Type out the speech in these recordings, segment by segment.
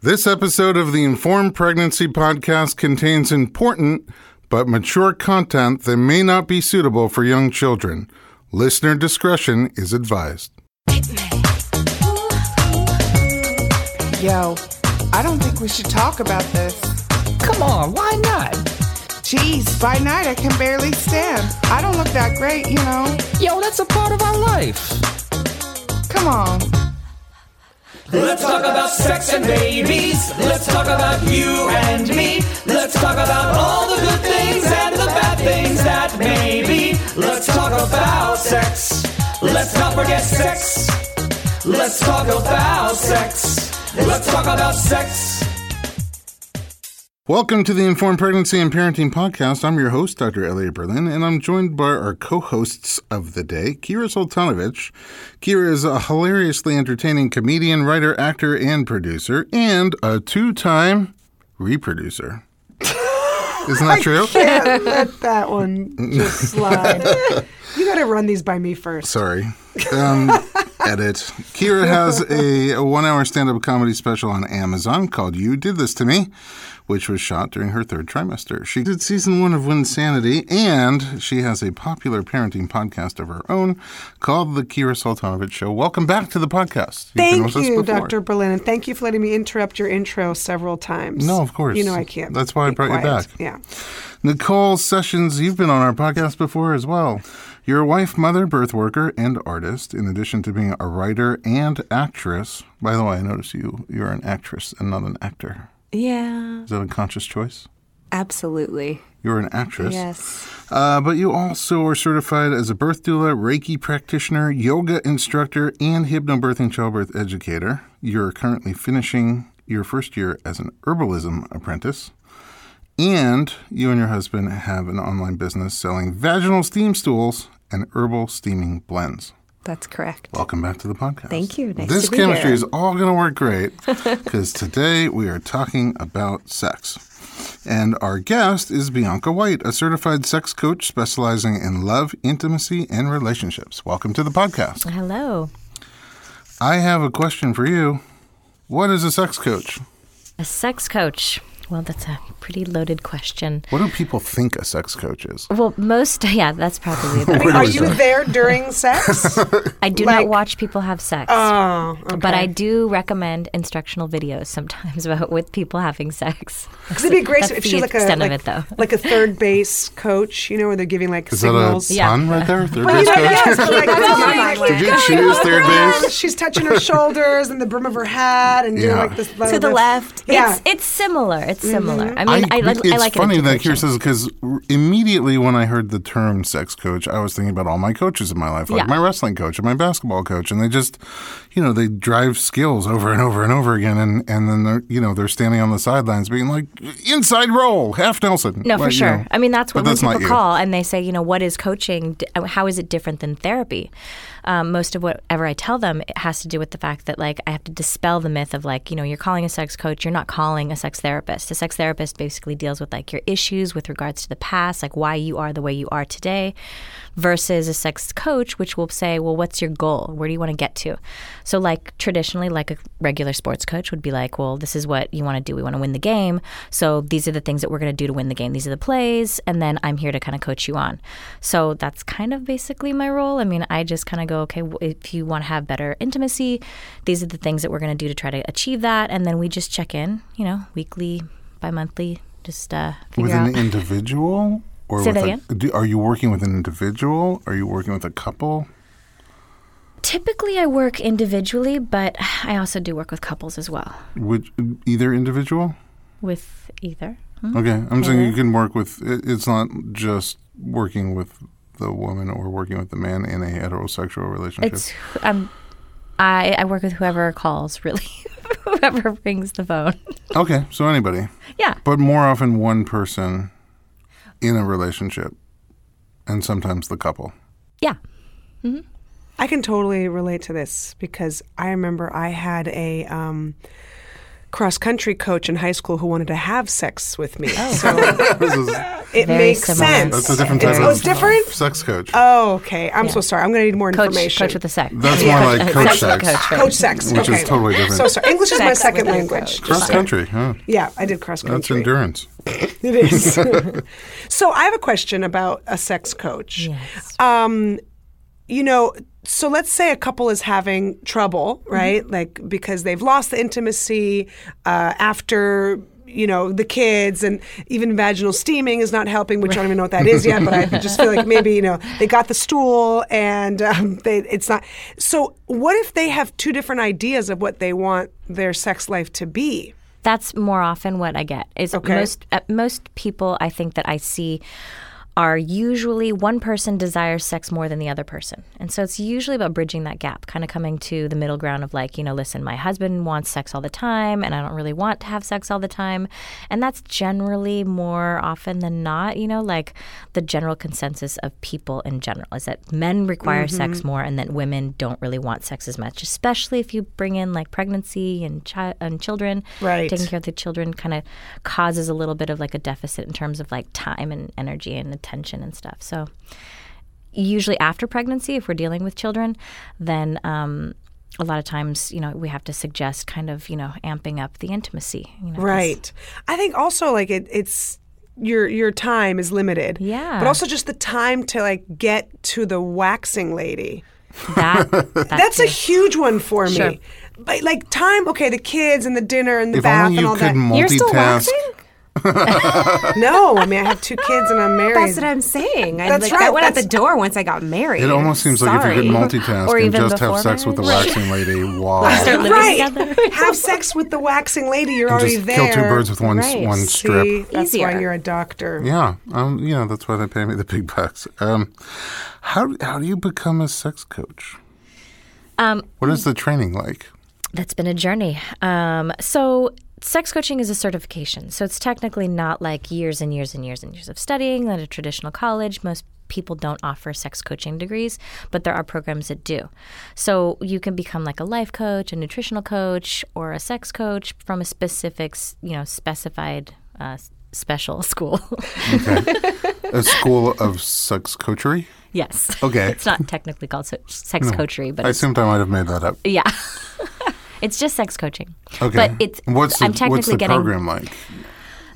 This episode of the Informed Pregnancy Podcast contains important but mature content that may not be suitable for young children. Listener discretion is advised. Yo, I don't think we should talk about this. Come on, why not? Jeez, by night I can barely stand. I don't look that great, you know. Yo, that's a part of our life. Come on. Let's talk about sex and babies. Let's talk about you and me. Let's talk about all the good things and the bad things that maybe. Let's talk about sex. Let's not forget sex. Let's talk about sex. Let's talk about sex. Welcome to the Informed Pregnancy and Parenting Podcast. I'm your host, Dr. Elliot Berlin, and I'm joined by our co hosts of the day, Kira Soltanovich. Kira is a hilariously entertaining comedian, writer, actor, and producer, and a two time reproducer. Isn't that true? Yeah, let that one just slide. you got to run these by me first. Sorry. Um, edit. Kira has a one hour stand up comedy special on Amazon called You Did This to Me, which was shot during her third trimester. She did season one of Winsanity, and she has a popular parenting podcast of her own called The Kira Soltanovich Show. Welcome back to the podcast. You've been thank with us you, before. Dr. Berlin, and thank you for letting me interrupt your intro several times. No, of course. You know I can't. That's why I be brought you quiet. back. Yeah. Nicole Sessions, you've been on our podcast before as well. You're a wife, mother, birth worker, and artist, in addition to being a writer and actress. By the way, I notice you you're an actress and not an actor. Yeah, Is that a conscious choice? absolutely. You're an actress. Yes. Uh, but you also are certified as a birth doula, Reiki practitioner, yoga instructor, and hypnobirthing childbirth educator. You're currently finishing your first year as an herbalism apprentice. And you and your husband have an online business selling vaginal steam stools and herbal steaming blends. That's correct. Welcome back to the podcast. Thank you. Nice this to be chemistry here. is all going to work great because today we are talking about sex. And our guest is Bianca White, a certified sex coach specializing in love, intimacy, and relationships. Welcome to the podcast. Hello. I have a question for you. What is a sex coach? A sex coach. Well, that's a pretty loaded question. What do people think a sex coach is? Well, most, yeah, that's probably the Where do Are we you start? there during sex? I do Like- not watch people have sex. oh, okay. But I do recommend instructional videos sometimes about with people having sex. 'Cause it'd be great That's if the she's like a extent like, of it, though. like a third base coach, you know, where they're giving like Is signals. that a Yeah. pun right there? Third Well, you base know, coach? yes, but like that's what my mind Did went. you choose Oh third base? She's touching her shoulders and the brim of her hat and Yeah. doing like this. to the left. Yeah. Mm-hmm. It's, it's similar. It's similar. I mean, I, like it's I like funny it in that here different says because immediately when I heard the term sex coach, I was thinking about all my coaches in my life, like Yeah. my wrestling coach and my basketball coach, and they just, you know, they drive skills over and over and over again, and and then they're you know they're standing on the sidelines being like inside roll, half Nelson. No, for Like, you sure. know. I mean, that's But what when that's not people you. call and they say, you know, what is coaching? D- uh, How is it different than therapy? Um, most of whatever I tell them, it has to do with the fact that, like, I have to dispel the myth of, like, you know, you're calling a sex coach, you're not calling a sex therapist. A sex therapist basically deals with, like, your issues with regards to the past, like why you are the way you are today, versus a sex coach, which will say, well, what's your goal? Where do you want to get to? So, like, traditionally, like a regular sports coach would be like, well, this is what you want to do. We want to win the game. So, these are the things that we're going to do to win the game. These are the plays. And then I'm here to kind of coach you on. So, that's kind of basically my role. I mean, I just kind of go, okay, w- if you want to have better intimacy, these are the things that we're going to do to try to achieve that. And then we just check in, you know, weekly, bi monthly, just uh, figure with out. an individual. Or Say with that a- again? do- are you working with an individual? Are you working with a couple? Typically, I work individually, but I also do work with couples as well. Would either individual? With either. Okay, I'm saying you can work with. it- It's not just working with the woman or working with the man in a heterosexual relationship. It's wh- um, I I work with whoever calls really, whoever rings the phone. okay, so anybody, Yeah, but more often one person in a relationship, and sometimes the couple. yeah. I can totally relate to this because I remember I had a um, cross country coach in high school who wanted to have sex with me. So This is- it Oh. Very makes similar. sense. that's a different It type of was different. sex coach. Oh, okay. I'm so sorry. I'm going to need more Coach, information. coach with a sex. That's Yeah. more like Uh, coach with sex. right. coach sex. Which okay. is totally different. So sorry. English is my Sex second with a language. coach. Cross country, huh? Yeah, I did cross country. That's endurance. It is. so I have a question about a sex coach. Yes. Um, you know, so let's say a couple is having trouble, right? Like because they've lost the intimacy uh, after you know the kids and even vaginal steaming is not helping which i don't even know what that is yet but i just feel like maybe you know they got the stool and um, they, it's not so what if they have two different ideas of what they want their sex life to be That's more often what I get. Is Okay. most uh, most people I think that I see are usually one person desires sex more than the other person. And so it's usually about bridging that gap, kind of coming to the middle ground of like, you know, listen, my husband wants sex all the time and I don't really want to have sex all the time. And that's generally more often than not, you know, like the general consensus of people in general is that men require sex more and that women don't really want sex as much, especially if you bring in like pregnancy and chi- and children. Right. Taking care of the children kind of causes a little bit of like a deficit in terms of like time and energy and attention and stuff. So usually after pregnancy, if we're dealing with children, then um, a lot of times, you know, we have to suggest kind of, you know, amping up the intimacy. You know, 'cause- Right. I think also like it, it's your your time is limited. Yeah. But also just the time to like get to the waxing lady. That, that That's a too. huge one for Sure. me. But like time, okay, the kids and the dinner and the If bath only and you all could that. You're still multitask. waxing? no, I mean I have two kids and I'm married. That's what I'm saying. I, That's like, right, That went out that's- the door once I got married. It almost seems like if you could Sorry. multitask Or and even just have before sex with the marriage. waxing lady while Start living Right. together. Have sex with the waxing lady. You're and already just there. kill two birds with one s Right. one See, strip. that's why Easier. you're a doctor. Yeah, um, yeah, that's why they pay me the big bucks. Um, how how do you become a sex coach? Um, what mm. is the training like? That's been a journey. Um, so, sex coaching is a certification. So, it's technically not like years and years and years and years of studying at a traditional college. Most people don't offer sex coaching degrees, but there are programs that do. So, you can become like a life coach, a nutritional coach, or a sex coach from a specific, s- you know, specified. Uh, s- Special school. A school of sex coachery? yes. Okay. It's not technically called se- sex coachery, but I it's, assumed I might have made that up. yeah. it's just sex coaching. Okay. But it's what's the, I'm technically what's the getting program like?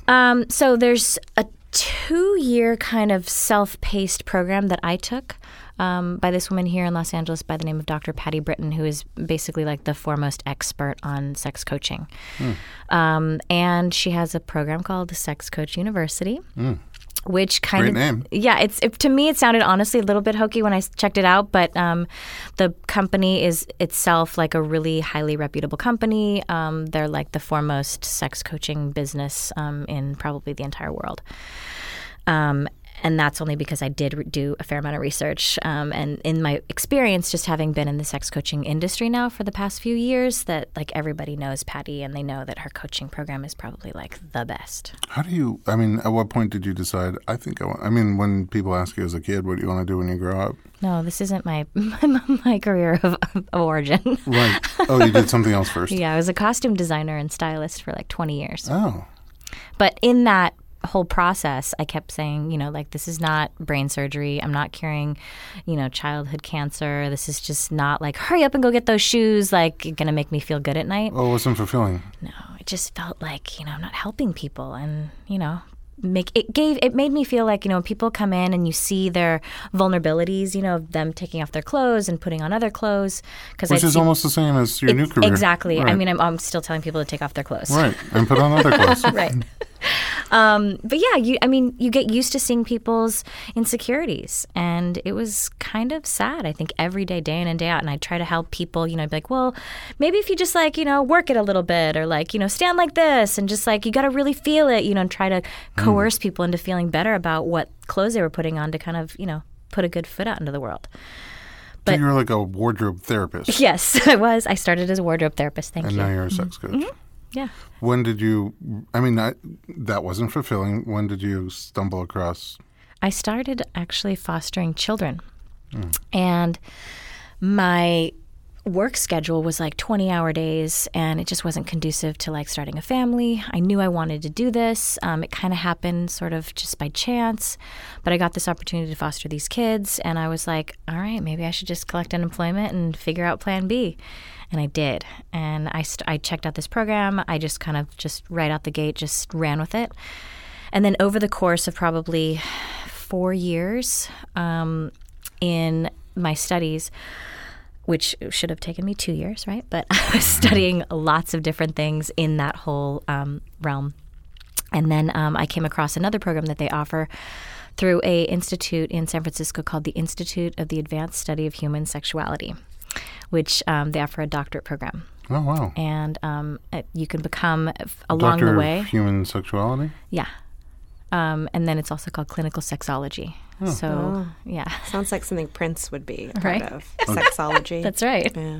Um, so there's a two-year kind of self-paced program that I took um, by this woman here in Los Angeles by the name of Dr. Patty Britton, who is basically like the foremost expert on sex coaching. Um, and she has a program called the Sex Coach University. Which kind Mm. Great of name. yeah, it's it, to me it sounded honestly a little bit hokey when I s- checked it out, but um, the company is itself like a really highly reputable company. Um, they're like the foremost sex coaching business um, in probably the entire world. Um, and that's only because I did re- do a fair amount of research. Um, and in my experience, just having been in the sex coaching industry now for the past few years, that like everybody knows Patty and they know that her coaching program is probably like the best. How do you? I mean, at what point did you decide? I think I want. I mean, when people ask you as a kid, what do you want to do when you grow up? No, this isn't my my, my career of, of origin. Right. oh, you did something else first. yeah, I was a costume designer and stylist for like 20 years. Oh, But in that whole process, I kept saying, you know, like this is not brain surgery. I'm not curing, you know, childhood cancer. This is just not like hurry up and go get those shoes like going to make me feel good at night. oh, it wasn't fulfilling. No, it just felt like, you know, I'm not helping people and, you know, make it gave it made me feel like, you know, when people come in and you see their vulnerabilities, you know, of them taking off their clothes and putting on other clothes because Which is almost the same as your new career. Exactly. I Right. mean, I'm, I'm still telling people to take off their clothes. right, and put on other clothes. right. Um, but yeah, you. I mean, you get used to seeing people's insecurities, and it was kind of sad. I think every day, day in and day out, and I try to help people. You know, I'd be like, well, maybe if you just like, you know, work it a little bit, or like, you know, stand like this, and just like, you got to really feel it. You know, and try to coerce people into feeling better about what clothes they were putting on to kind of, you know, put a good foot out into the world. so you were like a wardrobe therapist, Yes, I was. I started as a wardrobe therapist. Thank and you. now you're a sex coach. Mm-hmm. yeah. When did you? I mean, I, that wasn't fulfilling. When did you stumble across? I started actually fostering children. And my work schedule was like 20 hour days and it just wasn't conducive to like starting a family i knew i wanted to do this um, it kind of happened sort of just by chance but i got this opportunity to foster these kids and i was like all right maybe i should just collect unemployment and figure out plan b and i did and i, st- I checked out this program i just kind of just right out the gate just ran with it and then over the course of probably four years um, in my studies which should have taken me two years, right? But I was Mm-hmm. studying lots of different things in that whole um, realm, and then um, I came across another program that they offer through a institute in San Francisco called the Institute of the Advanced Study of Human Sexuality, which um, they offer a doctorate program, Oh wow. and um, it- you can become f- along Doctor the of way, human sexuality. yeah. Um, and then it's also called clinical sexology. Oh. So yeah, Sounds like something Prince would be a part Right. of. Sexology. that's right. Yeah.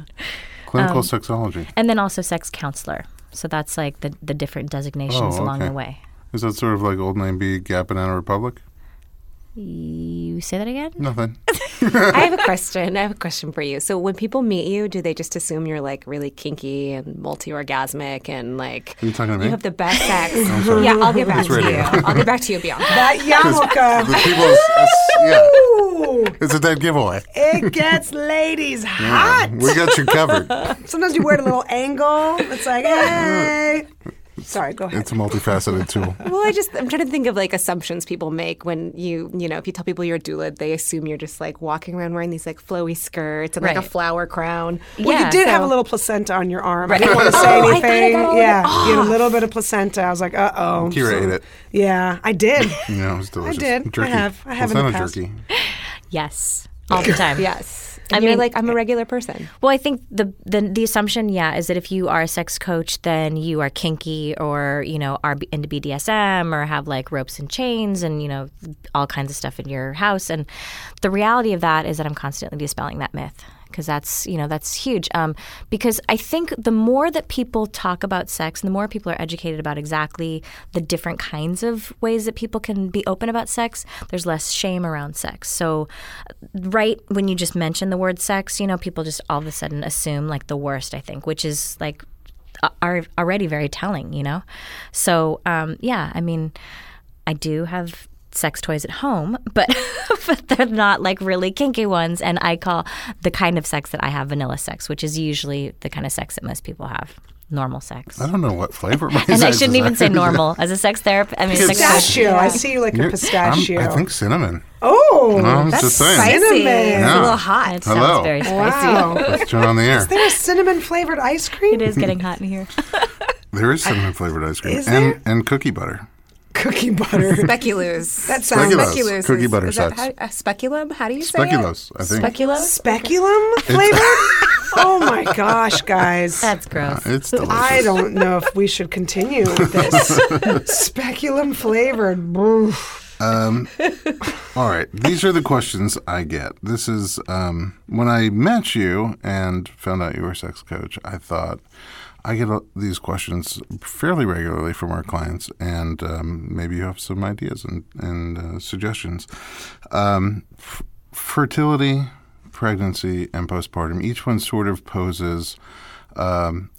Clinical sexology. Um, And then also sex counselor. So that's like the, the different designations Oh, along okay. the way. Is that sort of like old name B Gap and Anna Republic? You say that again? Nothing. I have a question. I have a question for you. So when people meet you, do they just assume you're like really kinky and multi-orgasmic and like Are you talking to me? you have the best sex? yeah, I'll get back It's to you. radio. I'll get back to you, Bianca. That yarmulke. The people is- it's- yeah, Ooh, it's a dead giveaway. it gets ladies hot. We got you covered. Sometimes you wear it a little angle. It's like, hey. Sorry, go ahead. It's a multifaceted tool. Well, I just I'm trying to think of like assumptions people make when you you know if you tell people you're a doula, they assume you're just like walking around wearing these like flowy skirts and like a Right. flower crown. Well, you Yeah, did have so- a little placenta on your arm. I didn't want to say Oh, I thought I got anything. all of it yeah, you had a little bit of placenta. I was like, uh oh. Kira ate it. Yeah, I did. Yeah, it was delicious. did. I Jerky. have. I have in the Placenta past. jerky. Yes. All the time. Yes, and I you're mean- like I'm a regular person. Well, I think the, the the assumption, yeah, is that if you are a sex coach, then you are kinky or, you know, are into BDSM or have like ropes and chains and, you know, all kinds of stuff in your house. And the reality of that is that I'm constantly dispelling that myth because that's, you know, that's huge. Um, because I think the more that people talk about sex and the more people are educated about exactly the different kinds of ways that people can be open about sex, there's less shame around sex. So right when you just mention the word sex, you know, people just all of a sudden assume like the worst, I think, which is like a- are already very telling, you know? So, um, yeah, I mean, I do have sex toys at home, but, but they're not like really kinky ones. And I call the kind of sex that I have vanilla sex, which is usually the kind of sex that most people have normal sex. I don't know what flavor. My And I sex shouldn't is. even say normal as a sex therapist. I mean, a sex coach. Pistachio. I see you like You're- a pistachio. I'm- I think cinnamon. oh, No, I'm just saying. cinnamon. Yeah. It's a little hot. It Hello. sounds very spicy. Wow. Let's turn on the air. There's cinnamon flavored ice cream. It is getting hot in here. There is cinnamon flavored ice cream Is and and cookie butter. Cookie butter. Speculoos. That sounds- Speculoos. Cookie butter sex. That how, uh, speculum? How do you say Speculoos, it? I think. Speculum? Speculum flavored? oh my gosh, guys. That's gross. It's delicious. I don't know if we should continue with this. Speculum flavored. Oof. All right. These are the questions I get. This is um, when I met you and found out you were a sex coach, I thought I get uh, these questions fairly regularly from our clients, and um, maybe you have some ideas and, and uh, suggestions. Um, f- fertility, pregnancy, and postpartum, each one sort of poses um,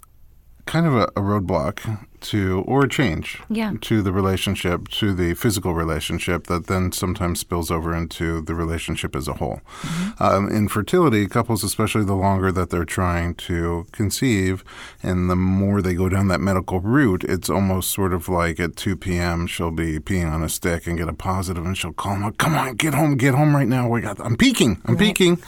kind of a, a roadblock to or a change Yeah. to the relationship to the physical relationship that then sometimes spills over into the relationship as a whole um, in fertility couples especially the longer that they're trying to conceive and the more they go down that medical route it's almost sort of like at 2 p.m she'll be peeing on a stick and get a positive and she'll call him up come on get home get home right now we got i'm peeking i'm peeking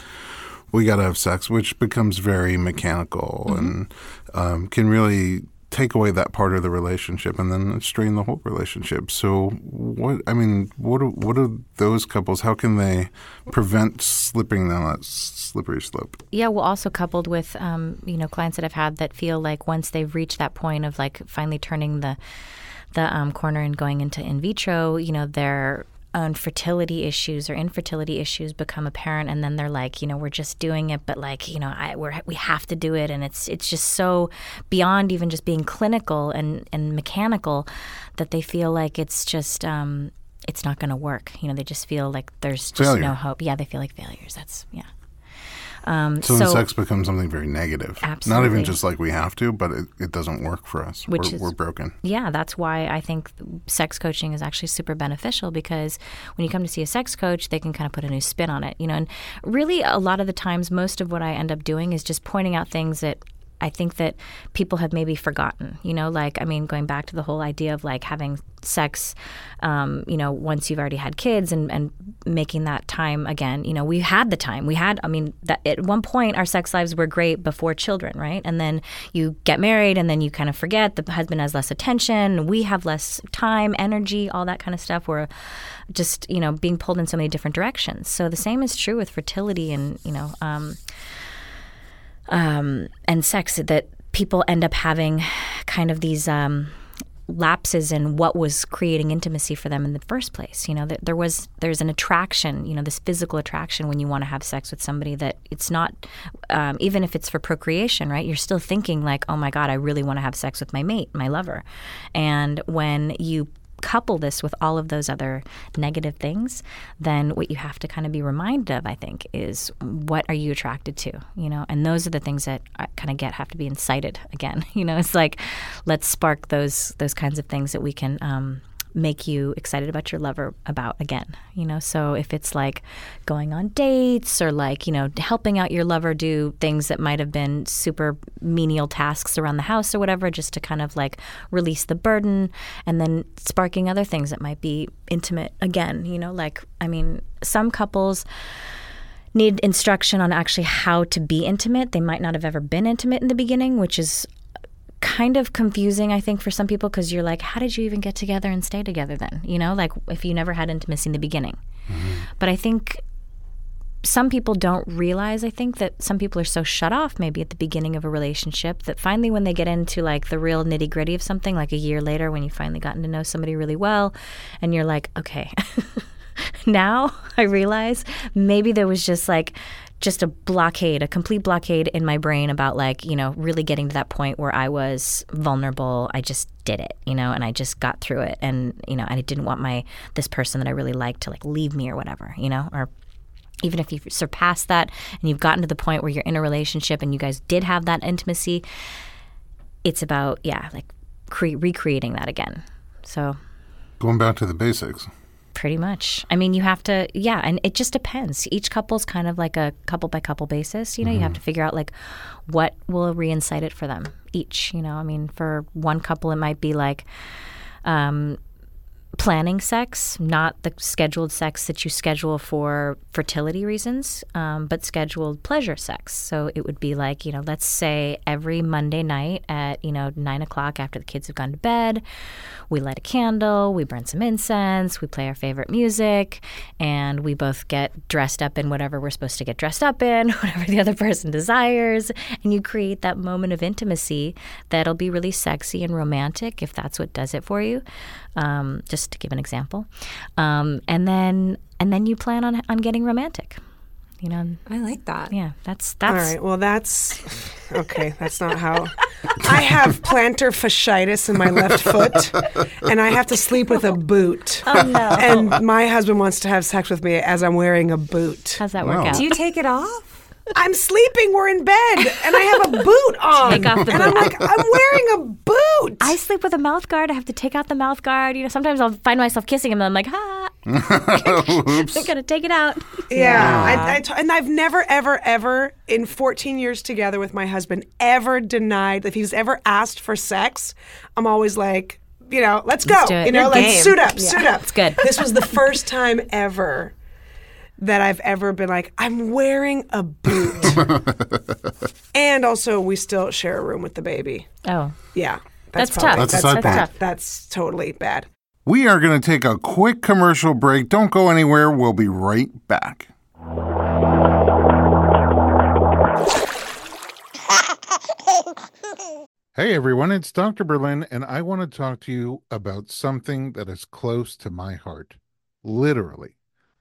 we got to have sex, which becomes very mechanical Mm-hmm. and um, can really take away that part of the relationship and then strain the whole relationship. So, what I mean, what do, what are those couples? How can they prevent slipping down that s- slippery slope? Yeah, well, also coupled with um, you know clients that I've had that feel like once they've reached that point of like finally turning the the um, corner and going into in vitro, you know, their own fertility issues or infertility issues become apparent, and then they're like, you know, we're just doing it, but like, you know, I we're, we have to do it, and it's it's just so beyond even just being clinical and and mechanical that they feel like it's just. Um, it's not going to work. You know, they just feel like there's just Failure. no hope. Yeah, they feel like failures. That's yeah. Um, So, then sex becomes something very negative. Not even Absolutely. just like we have to, but it, it doesn't work for us. Which we're, is- we're broken. yeah, that's why I think sex coaching is actually super beneficial because when you come to see a sex coach, they can kind of put a new spin on it, you know. And really, a lot of the times, most of what I end up doing is just pointing out things that I think that people have maybe forgotten, you know. Like, I mean, going back to the whole idea of like having sex, um, you know, once you've already had kids and, and making that time again. You know, we had the time. We had, I mean, that, at one point our sex lives were great before children, right? And then you get married and then you kind of forget. The husband has less attention. We have less time, energy, all that kind of stuff. We're just, you know, being pulled in so many different directions. So the same is true with fertility and, you know, um, um, and sex that people end up having kind of these um, lapses in what was creating intimacy for them in the first place. You know, that there was there's an attraction. You know, this physical attraction when you want to have sex with somebody that it's not um, even if it's for procreation, right? You're still thinking like, oh my god, I really want to have sex with my mate, my lover, and when you couple this with all of those other negative things, then what you have to kind of be reminded of, I think, is what are you attracted to, you know? And those are the things that I kind of get have to be incited again. You know, it's like let's spark those those kinds of things that we can um, make you excited about your lover about again. You know, so if it's like going on dates or like you know helping out your lover do things that might have been super menial tasks around the house or whatever, just to kind of like release the burden, and then sparking other things that might be intimate again. You know, like I mean, some couples need instruction on actually how to be intimate. They might not have ever been intimate in the beginning, which is kind of confusing, I think, for some people because you're like, how did you even get together and stay together then? You know, like if you never had intimacy in the beginning. But I think some people don't realize, I think, that some people are so shut off maybe at the beginning of a relationship that finally when they get into like the real nitty gritty of something, like a year later when you've finally gotten to know somebody really well and you're like, okay. now I realize maybe there was just like just a blockade, a complete blockade in my brain about like, you know, really getting to that point where I was vulnerable. I just did it, you know, and I just got through it and, you know, and I didn't want my this person that I really liked to like leave me or whatever, you know, or even if you've surpassed that and you've gotten to the point where you're in a relationship and you guys did have that intimacy, it's about, yeah, like cre- recreating that again. So Going back to the basics. Pretty much. I mean, you have to, yeah, and it just depends. Each couple's kind of like a couple by couple basis. You know, you have to figure out like what will reincite it for them each. You know, I mean, for one couple, it might be like um, planning sex, not the scheduled sex that you schedule for fertility reasons, um, but scheduled pleasure sex. So it would be like, you know, let's say every Monday night at, you know, nine o'clock after the kids have gone to bed, we light a candle, we burn some incense, we play our favorite music, and we both get dressed up in whatever we're supposed to get dressed up in, whatever the other person desires. And you create that moment of intimacy that'll be really sexy and romantic if that's what does it for you um, just to give an example. Um, and then and then you plan on on getting romantic. You know, and I like that. yeah, that's that's All right. Well, that's okay. That's not how. I have plantar fasciitis in my left foot, and I have to sleep with a boot. Oh no! And my husband wants to have sex with me as I'm wearing a boot. how's that Wow. work out? Do you take it off? I'm sleeping. We're in bed, and I have a boot on. Take off the and I'm boot. like, I'm wearing a boot. I sleep with a mouth guard. I have to take out the mouth guard. You know, sometimes I'll find myself kissing him, and I'm like, ah, I'm gonna take it out. Yeah. I, I t- and I've never, ever, ever in 14 years together with my husband ever denied if he's ever asked for sex. I'm always like, you know, let's go. do it. You know, You're like game. suit up, suit up. It's good. This was the first time ever that I've ever been like, I'm wearing a boot. and also, we still share a room with the baby. Oh, Yeah. that's, tough. probably- That's a side that's point. tough. That's totally bad. We are going to take a quick commercial break. Don't go anywhere. We'll be right back. Hey everyone, it's Dr. Berlin, and I want to talk to you about something that is close to my heart literally,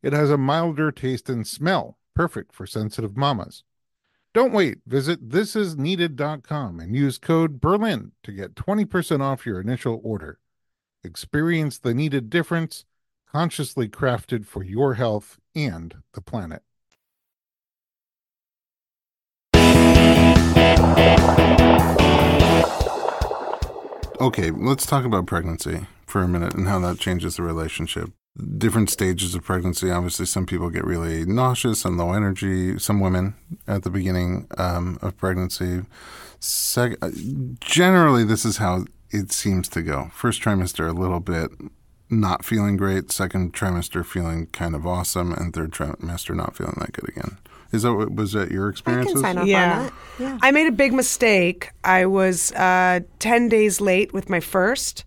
it has a milder taste and smell, perfect for sensitive mamas. Don't wait. Visit thisisneeded.com and use code Berlin to get 20% off your initial order. Experience the needed difference, consciously crafted for your health and the planet. Okay, let's talk about pregnancy for a minute and how that changes the relationship. Different stages of pregnancy. Obviously, some people get really nauseous and low energy. Some women at the beginning um, of pregnancy. Sec- uh, generally, this is how it seems to go. First trimester, a little bit not feeling great. Second trimester, feeling kind of awesome, and third trimester, not feeling that good again. Is that what was that your I can experiences? sign off on Yeah. that. I made a big mistake. I was uh, 10 days late with my first.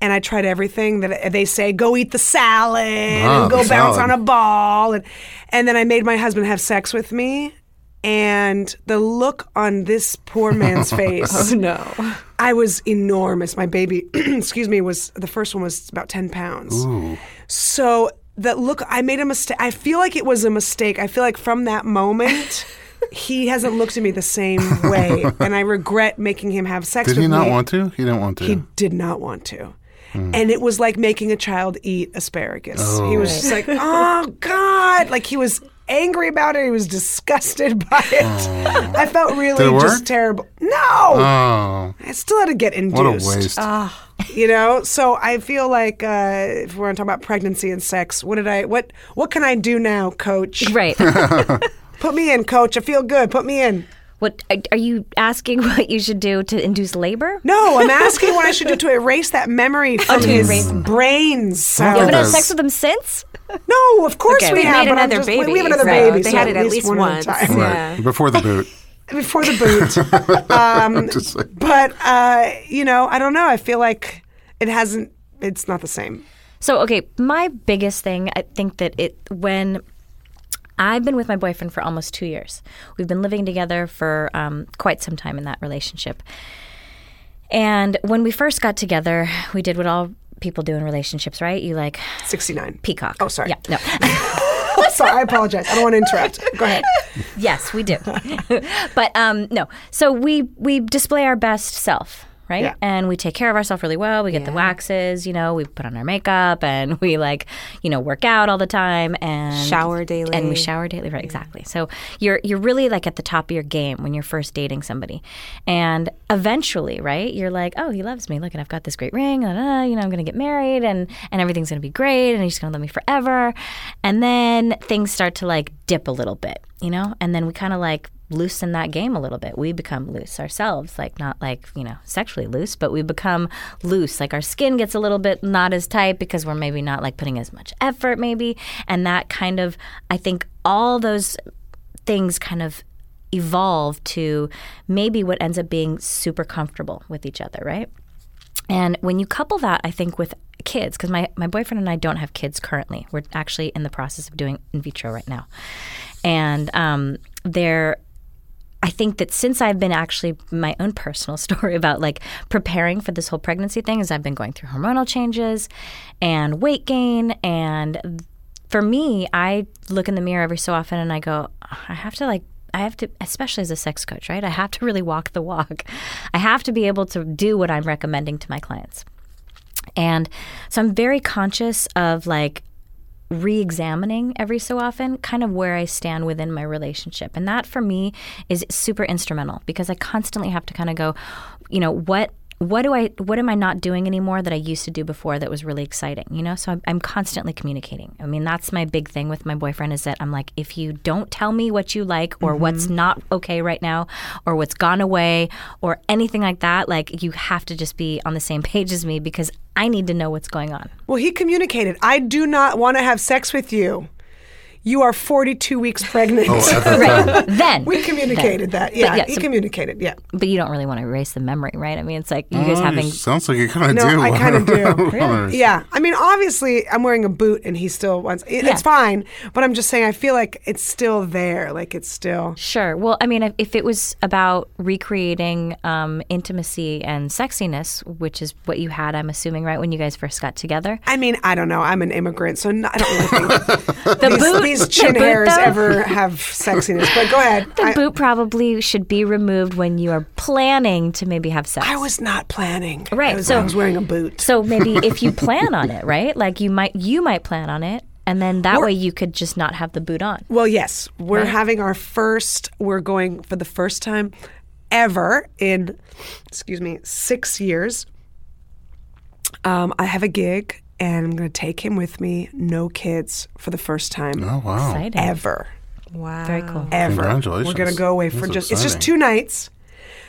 And I tried everything that they say: go eat the salad, Ah, and go the bounce salad. on a ball, and and then I made my husband have sex with me. And the look on this poor man's face, Oh, No. I was enormous. My baby, excuse me, was the first one was about ten pounds. Ooh. So that look, I made a mistake. I feel like it was a mistake. I feel like from that moment, he hasn't looked at me the same way, and I regret making him have sex. Did with he not me. want to? He didn't want to. Hmm. He did not want to. And it was like making a child eat asparagus. He was just like, oh God. Like he was angry about it. He was disgusted by it. I felt really Oh. it just work? terrible. No. oh, I oh, still had to get induced what a waste. you know so i feel like uh, if we're going to talk about pregnancy and sex what did i what what can i do now coach Right. put me in coach i feel good put me in what are you asking? What you should do to induce labor? no i'm asking what i should do to erase that memory from to his erase- brains so. Yeah, You haven't had Yes. sex with them since? no of course Okay, we we have made but I'm another just- we- baby, we have another so baby they so had it at least one once. at a time. Right. Yeah. Before the boot. before the boot um, Just like- but uh, you know i don't know i feel like it hasn't it's not the same So, okay, my biggest thing, I think that it, when I've been with my boyfriend for almost two years, we've been living together for um, quite some time in that relationship. And when we first got together, we did what all people do in relationships, right? You like 69 peacock. oh sorry Yeah, no. sorry i apologize i don't want to interrupt go ahead yes, we do. but um, no, so we we display our best self, right? Yeah. And we take care of ourselves really well. We get the waxes, you know, we put on our makeup, and we like, you know, work out all the time and Shower daily. And we shower daily, right? Exactly. So you're you're really like at the top of your game when you're first dating somebody, and eventually, right? You're like, oh, he loves me. Look, and I've got this great ring. And, uh, you know, I'm gonna get married, and and everything's gonna be great, and he's gonna love me forever. And then things start to like dip a little bit, you know, and then we kind of like loosen that game a little bit. We become loose ourselves, like not like, you know, sexually loose, but we become loose. Like our skin gets a little bit not as tight because we're maybe not like putting as much effort, maybe. And that kind of, I think all those things kind of evolve to maybe what ends up being super comfortable with each other, right? And when you couple that, I think with kids, because my, my boyfriend and I don't have kids currently. We're actually in the process of doing in vitro right now. And um, they're, I think that since I've been actually my own personal story about like preparing for this whole pregnancy thing, is I've been going through hormonal changes and weight gain. And for me, I look in the mirror every so often and I go, I have to like, I have to, especially as a sex coach, right? I have to really walk the walk. I have to be able to do what I'm recommending to my clients. And so I'm very conscious of like re examining every so often kind of where I stand within my relationship. And that for me is super instrumental because I constantly have to kind of go, you know, what. What do I? What am I not doing anymore that I used to do before that was really exciting? You know, so I'm, I'm constantly communicating. I mean, that's my big thing with my boyfriend is that I'm like, if you don't tell me what you like or what's not okay right now or what's gone away or anything like that, like you have to just be on the same page as me because I need to know what's going on. Well, he communicated, I do not want to have sex with you. you are 42 weeks pregnant. Oh, at that time. then we communicated that. But Yeah, yeah, he so- communicated. Yeah. But you don't really want to erase the memory, right? I mean, it's like you guys Oh, having. it Sounds like you kind of No, do. I kind of do. Really? Yeah. I mean, obviously, I'm wearing a boot and he still wants it, Yeah. It's fine. But I'm just saying, I feel like it's still there. Like it's still. Sure. Well, I mean, if- if it was about recreating um, intimacy and sexiness, which is what you had, I'm assuming, right, when you guys first got together, I mean, I don't know. I'm an immigrant, so no, I don't really think the these, boot, these chin the boot, hairs though, ever have sexiness. But go ahead. The I, boot probably should be removed when you are planning to maybe have sex. I was not planning. Right, I was, so- I was wearing a boot. So maybe if you plan on it, right? Like you might you might plan on it, and then that way you could just not have the boot on. Well, yes, we're having our first. We're going for the first time ever in, excuse me, six years. Um, I have a gig, and I'm going to take him with me. No kids for the first time Oh wow! Exciting. ever, Wow. Very cool. ever. Congratulations. We're going to go away for That's just. It's just exciting. two nights.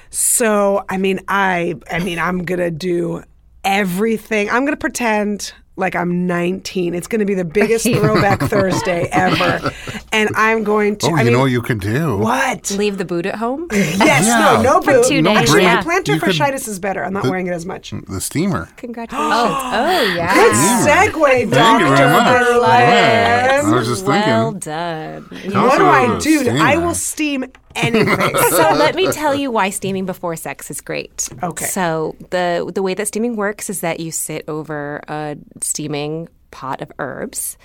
So I mean, I I mean, I'm going to do everything. I'm going to pretend. Like I'm 19. It's going to be the biggest throwback Thursday ever, and I'm going to. Oh, I you mean, know you can do. what? Leave the boot at home? Yes, Yeah. no, no For boot. two No days, Actually, yeah. the plantar You could- Mm. fasciitis is better. I'm not wearing it as much. Good The steamer. Congratulations. oh, yeah. Thank segue, you Doctor very much. Yeah. I Berlin. was just well thinking. done. Tell us What do about I the do? I steamer. will steam anything. so let me tell you why steaming before sex is great. Okay. So the the way that steaming works is that you sit over a steaming pot of herbs.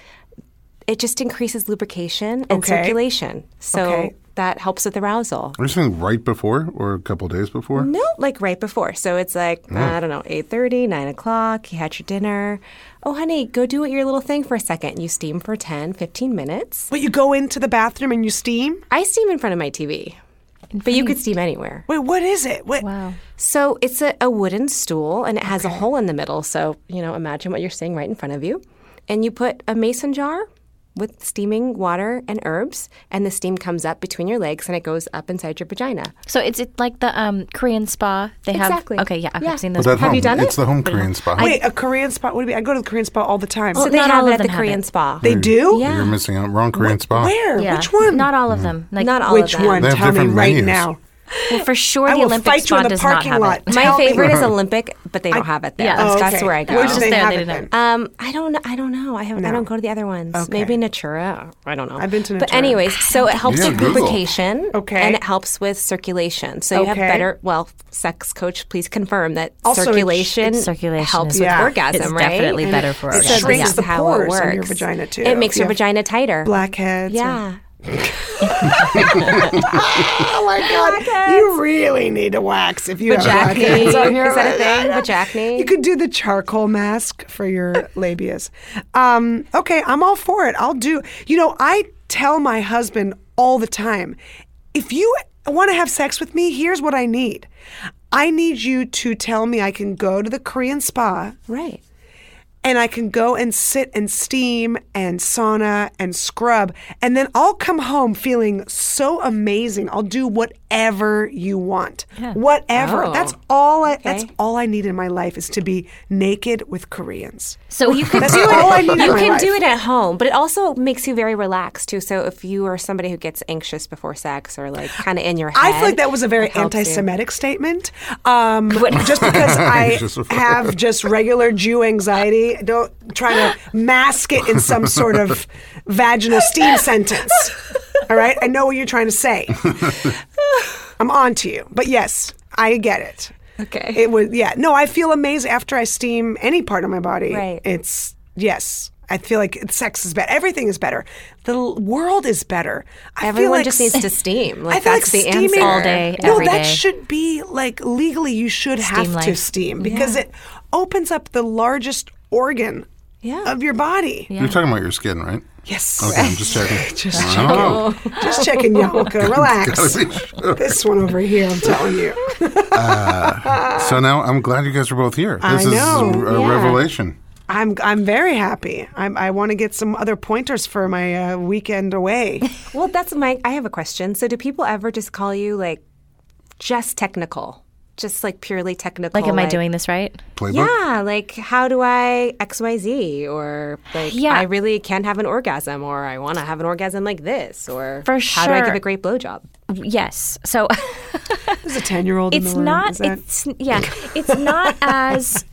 It just increases lubrication and Okay. circulation. So Okay. that helps with arousal. Are you saying right before or a couple days before? No, like right before. So it's like, I don't know, 8.30, 9 o'clock, you had your dinner. Oh, honey, go do your little thing for a second. You steam for 10, 15 minutes. But you go into the bathroom and you steam. I steam in front of my TV. But you could steam anywhere. Wait, what is it? What? Wow. So it's a, a wooden stool and it has a hole in the middle. So, you know, imagine what you're seeing right in front of you. And you put a mason jar with steaming water and herbs, and the steam comes up between your legs and it goes up inside your vagina. So it's it like the um, Korean spa they have. Exactly. Okay, yeah, okay, Yeah. I've seen But those. But at Have Oh, home. you done it's it? the home Korean spot. Wait, a Korean spa. What do you mean? I go to the Korean spa all the time. So they not have all it of at them the have Korean it. spa. they do. Yeah. You're missing out. Wrong Korean spot. Where? Yeah. Which one? Mm. Not all of them. Like, Not all of Which them. one? They have Tell me different right menus. now. Well, for sure, I the will Olympic fight you spa in the does not parking have lot. it. Tell My me. favorite is Olympic, but they don't I- have it there. Yeah, that's, okay. that's where I go. Where's Just they there, have they it didn't. then? Um, I don't, I don't know. I haven't. I don't go to the other ones. Maybe Natura. I don't know. I've been to But Natura. anyways, so it helps Yeah, with Google. lubrication. Okay. And it helps with circulation. So you have Okay. better. Well, sex coach, please confirm that Also, it- circulation, circulation helps is- with Yeah. orgasm. It's right? definitely better for it orgasm. shrinks Yeah. the how it pores works. on your vagina too. It makes If your you have vagina tighter. Blackheads. or- Yeah. Oh my god! You really need to wax if you have Vajakni. blackheads on your Is that a thing? vagina. Vajakni? You could do the charcoal mask for your labias. Um, okay, I'm all for it. I'll do. You know, I tell my husband all the time, if you want to have sex with me, here's what I need. I need you to tell me I can go to the Korean spa Right. and I can go and sit and steam and sauna and scrub. And then I'll come home feeling so amazing. I'll do whatever you want. Whatever. Oh. That's all I that's Okay. all I need in my life is to be naked with Koreans. So you could That's do Oh, all I it. need in You my can life. do it at home, but it also makes you very relaxed too. So if you are somebody who gets anxious before sex or like kind of in your head, I feel like that was a very it helps you. anti-Semitic statement. Um, just because I Just a- have just regular Jew anxiety, don't try to mask it in some sort of vaginal steam sentence. All right, I know what you're trying to say. I'm on to you, but yes, I get it. Okay. It was yeah. No, I feel amazed after I steam any part of my body. Right. It's yes. I feel like sex is better. Everything is better. The l- world is better. I feel Everyone like just needs s- to steam. Like, I feel that's like the steaming, answer. All day, No, every that day. should be like legally. You should have Steam to life. steam because it opens up the largest organ Yeah. of your body. You're talking about your skin, right? Yes. Okay, I'm just checking. Just checking. Oh, Just checking, Yamilka. Relax. gotta be sure. This one over here, I'm telling you. So now I'm glad you guys are both here. This I is know. a Yeah. revelation. I'm I'm very happy. I'm, I want to get some other pointers for my uh, weekend away. Well, that's my. I have a question. So, do people ever just call you like just technical? just like purely technical. Like, am I doing this right? Playbook? Yeah, like how do I X Y Z or like Yeah. I really can't have an orgasm or I want to have an orgasm like this or For how do I give sure. a great blowjob? Yes. So There's a ten year old. in it's the room. not. Is that- It's yeah. It's not as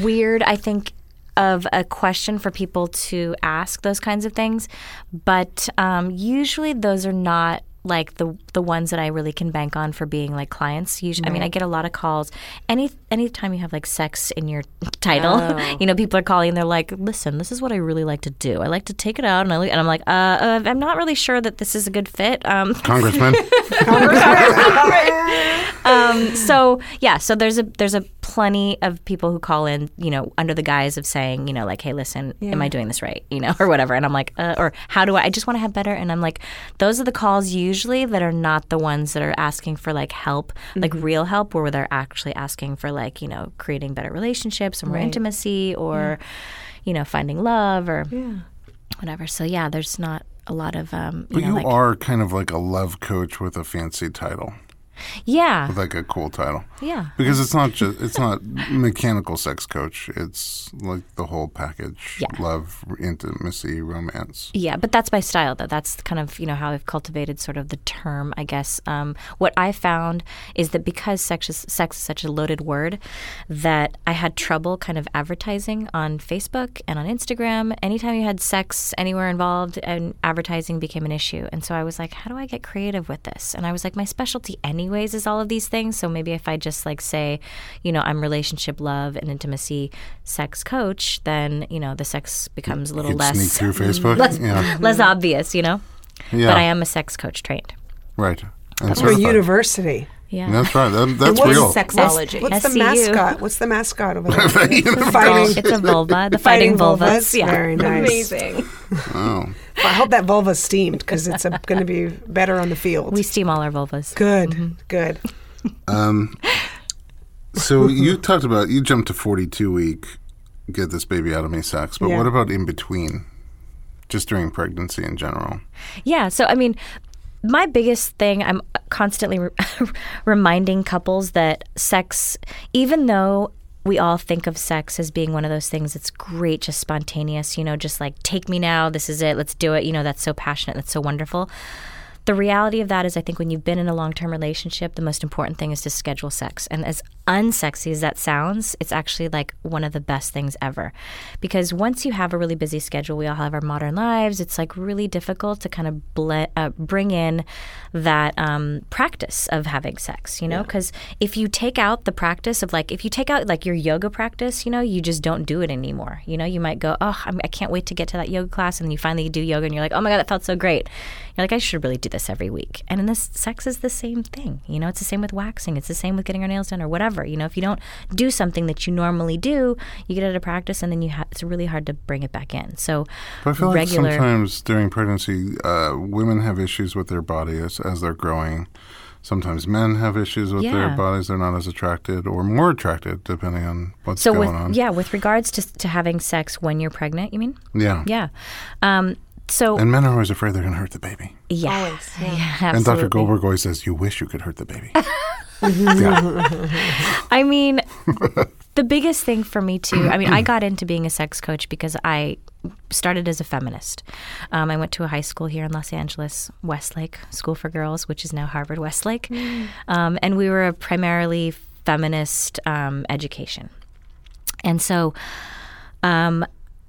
weird. I think of a question for people to ask those kinds of things, but um, usually those are not like the the ones that I really can bank on for being like clients. Usually, I mean, I get a lot of calls. Any anytime you have like sex in your title, Oh. you know, people are calling. and They're like, "Listen, this is what I really like to do. I like to take it out," and I look, and I'm like, uh, uh, "I'm not really sure that this is a good fit." Um, Congressman. um, so yeah, so there's a there's a plenty of people who call in, you know, under the guise of saying, you know, like, hey, listen, am I doing this right, you know, or whatever, and I'm like, uh, or how do I? I just want to have better, and I'm like, those are the calls usually that are not the ones that are asking for like help, like real help, where they're actually asking for like you know creating better relationships or more intimacy or you know finding love or whatever. So yeah, there's not a lot of um, you But know you like are kind of like a love coach with a fancy title, yeah like a cool title. yeah. Because it's not just it's not mechanical sex coach. It's like the whole package: Yeah. love, intimacy, romance. Yeah, but that's my style, though. That's kind of you know how I've cultivated sort of the term, I guess. Um, what I found is that because sex is, sex is such a loaded word, that I had trouble kind of advertising on Facebook and on Instagram. Anytime you had sex anywhere involved, and advertising became an issue, and so I was like, how do I get creative with this? And I was like, my specialty, anyways, is all of these things. So maybe if I just like say, you know, I'm relationship, love, and intimacy sex coach, then you know the sex becomes a little You'd less sneak through Facebook. less yeah, less obvious, you know. Mm-hmm. yeah, But I am a sex coach trained. right. And Or certified. university. Yeah. That's right. That, that's what's real. Sexology. What's the SCU. mascot? What's the mascot over there? Universe. It's a vulva. The fighting, vulvas. Yeah. Very nice. Amazing. Oh. I hope that vulva's steamed because it's going to be better on the field. We Mm-hmm. steam all our vulvas. good, good. So you talked about you jumped to forty two week, get this baby out of me sex. But Yeah. what about in between? Just during pregnancy in general. Yeah. So I mean, my biggest thing I'm constantly re- reminding couples that sex, even though we all think of sex as being one of those things that's great, just spontaneous, you know, just like take me now, this is it, let's do it, you know, that's so passionate, that's so wonderful. the reality of that is I think when you've been in a long-term relationship, the most important thing is to schedule sex. And as unsexy as that sounds, it's actually like one of the best things ever. Because once you have a really busy schedule, we all have our modern lives, it's like really difficult to kind of ble- uh, bring in that um, practice of having sex, you know? Because if you take out the practice of like, if you take out like your yoga practice, you know, you just don't do it anymore. You know, you might go, oh, I'm, I can't wait to get to that yoga class. And then you finally do yoga and you're like, oh my God, that felt so great. You're like, I should really do this every week. And in this, sex is the same thing. You know, it's the same with waxing, it's the same with getting our nails done or whatever. You know, if you don't do something that you normally do, you get out of practice and then you ha- it's really hard to bring it back in. So, But I feel like regular. sometimes during pregnancy, uh, women have issues with their body as, as they're growing. Sometimes men have issues with their Yeah. bodies; they're not as attracted or more attracted, depending on what's so going with on. yeah, with regards to, to having sex when you're pregnant, you mean? yeah, Yeah. Um, so And men are always afraid they're going to hurt the baby. yeah, yeah. absolutely. And Dr. Goldberg always says, "You wish you could hurt the baby." yeah. I mean, the biggest thing for me too. I mean, I got into being a sex coach because I started as a feminist. Um, I went to a high school here in Los Angeles, Westlake School for Girls, which is now Harvard Westlake, um, and we were a primarily feminist um, education. And so, um,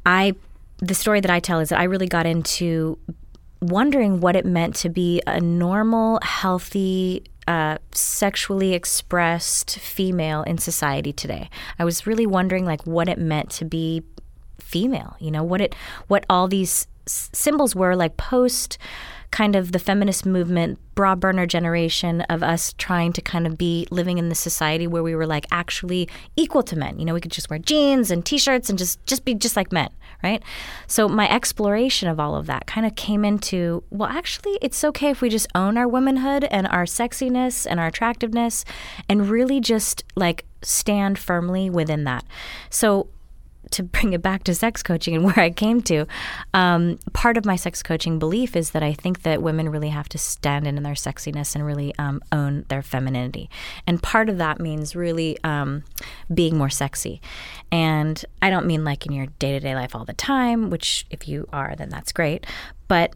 I the story that I tell is that I really got into wondering what it meant to be a normal, healthy, uh, sexually expressed female in society today. I was really wondering like what it meant to be female. You know what it what all these s- symbols were like post kind of the feminist movement bra burner generation of us trying to kind of be living in the society where we were like actually equal to men you know we could just wear jeans and t-shirts and just just be just like men right so my exploration of all of that kind of came into well actually it's okay if we just own our womanhood and our sexiness and our attractiveness and really just like stand firmly within that so to bring it back to sex coaching and where I came to, um, part of my sex coaching belief is that I think that women really have to stand in their sexiness and really um, own their femininity. And part of that means really um, being more sexy. And I don't mean like in your day to day life all the time, which if you are, then that's great. But